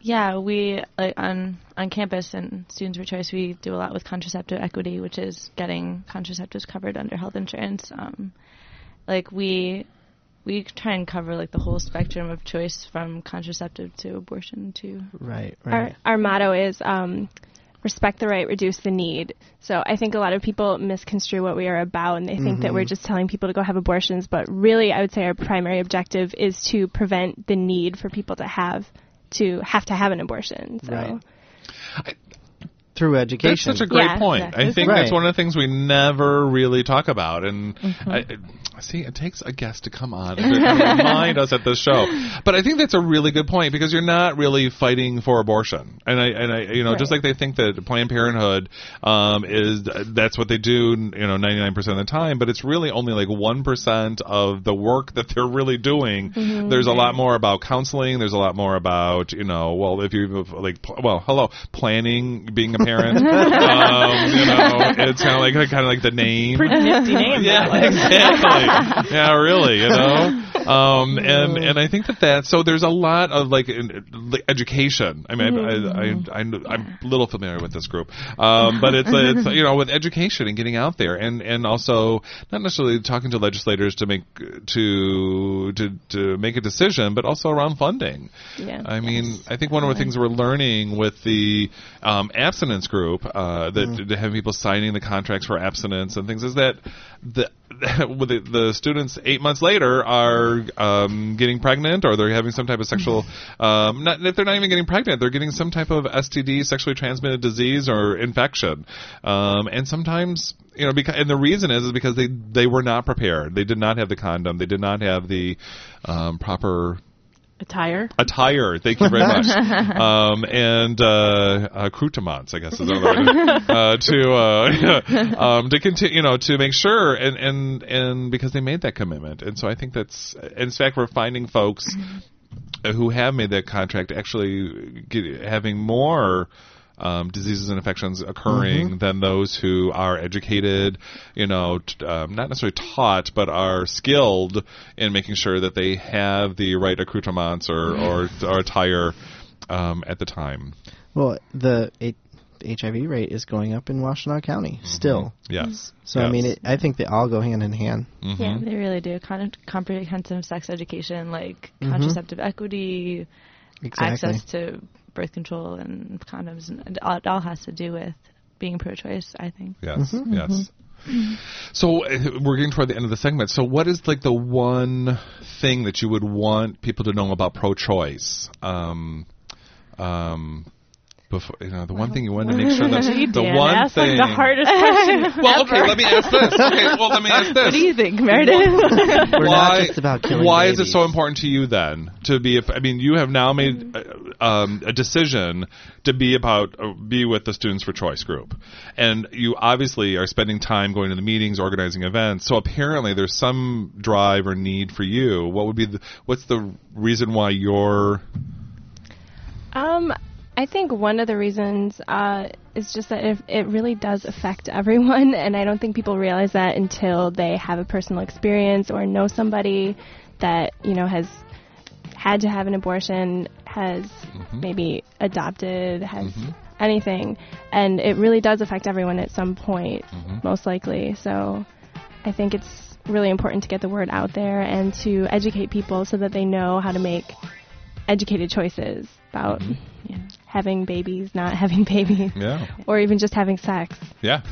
S15: Yeah, we like on on campus and Students for Choice, we do a lot with contraceptive equity, which is getting contraceptives covered under health insurance. Um, like we we try and cover like the whole spectrum of choice from contraceptive to abortion to
S6: Right,
S14: Our, our motto is um, respect the right, reduce the need. So I think a lot of people misconstrue what we are about, and they think that
S15: Mhm.
S14: we're just telling people to go have abortions. But really, I would say our primary objective is to prevent the need for people to have to have to have an abortion. So.
S6: Right. Through
S11: That's
S6: education.
S11: such a great point. I think
S6: Right.
S11: that's one of the things we never really talk about. And I, I- see, it takes a guest to come on and to remind us at this show. But I think that's a really good point because you're not really fighting for abortion. And I, and I, you know, just like they think that Planned Parenthood um, is that's what they do, you know, 99% of the time. But it's really only like 1% of the work that they're really doing.
S9: Mhm.
S11: There's a lot more about counseling. There's a lot more about, you know, well, if you like, pl- well, hello, planning, being a parent. um, *laughs* you know, it's kind of like kind of like the name.
S9: Pretty nifty name,
S11: Yeah,
S9: that was.
S12: *laughs*
S11: exactly. yeah, really. You know. Um, and and I think that that so there's a lot of like in- like, education. I mean, I, I, I, I I'm a little familiar with this group, um, but it's it's you know with education and getting out there and and also not necessarily talking to legislators to make to to to make a decision, but also around funding.
S14: Yeah.
S11: I mean, I think one of the things we're learning with the um, abstinence group, uh, that to have people signing the contracts for abstinence and things, is that the *laughs* with the, the students eight months later are um, getting pregnant or they're having some type of sexual. Um, not, if they're not even getting pregnant, they're getting some type of STD, sexually transmitted disease or infection, um, and sometimes. You know, because and the reason is is because they they were not prepared. They did not have the condom. They did not have the um, proper
S12: attire.
S11: Attire. Thank you very much. um, and uh, uh, accoutrements, I guess is another way to, uh, to uh, *laughs* um, to continue, you know, to make sure and and and because they made that commitment, and so I think that's in fact we're finding folks who have made that contract actually get, having more. Um, diseases and infections occurring than those who are educated, you know, t- um, not necessarily taught, but are skilled in making sure that they have the right accoutrements or, or, or attire um, at the time.
S6: Well, the H- HIV rate is going up in Washtenaw County still.
S11: Mm-hmm. Yes.
S6: So I mean,
S11: Yes. Mm-hmm.
S6: it, I think they all go hand in hand.
S15: Yeah, they really do. Con- comprehensive sex education, like
S11: Mm-hmm.
S6: Mhm.
S15: contraceptive equity,
S6: Exactly.
S15: access to birth control and condoms, and it all, it all has to do with being pro-choice. I think.
S11: Yes, Mhm.
S15: mm-hmm.
S11: yes. So uh, we're getting toward the end of the segment. So what is like the one thing that you would want people to know about pro-choice? Um, um, before you know, the one thing you want to make
S12: *laughs*
S11: sure that
S12: You
S11: the
S12: did.
S11: one
S12: That's, like,
S11: thing.
S12: the hardest
S11: *laughs*
S12: question
S11: well, okay.
S12: ever.
S11: Let me ask
S12: *laughs*
S11: this. Okay, well, let me ask this.
S12: What do you
S11: *laughs*
S12: think, Meredith?
S6: We're not
S11: why,
S6: just about killing
S11: why is it so important to you then to be? If, I mean, you have now made uh, um, a decision to be about uh, be with the Students for Choice group, and you obviously are spending time going to the meetings, organizing events. So apparently, there's some drive or need for you. What would be the what's the reason why you're
S14: Um, I think one of the reasons uh, is just that it, it really does affect *laughs* everyone, and I don't think people realize that until they have a personal experience or know somebody that you know has had to have an abortion, has maybe adopted, has anything, and it really does affect everyone at some point, most likely. So I think it's really important to get the word out there and to educate people so that they know how to make educated choices about yeah, having babies, not having *laughs* babies,
S11: yeah
S14: or even just having sex.
S11: yeah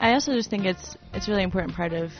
S15: I also just think it's it's a really important part of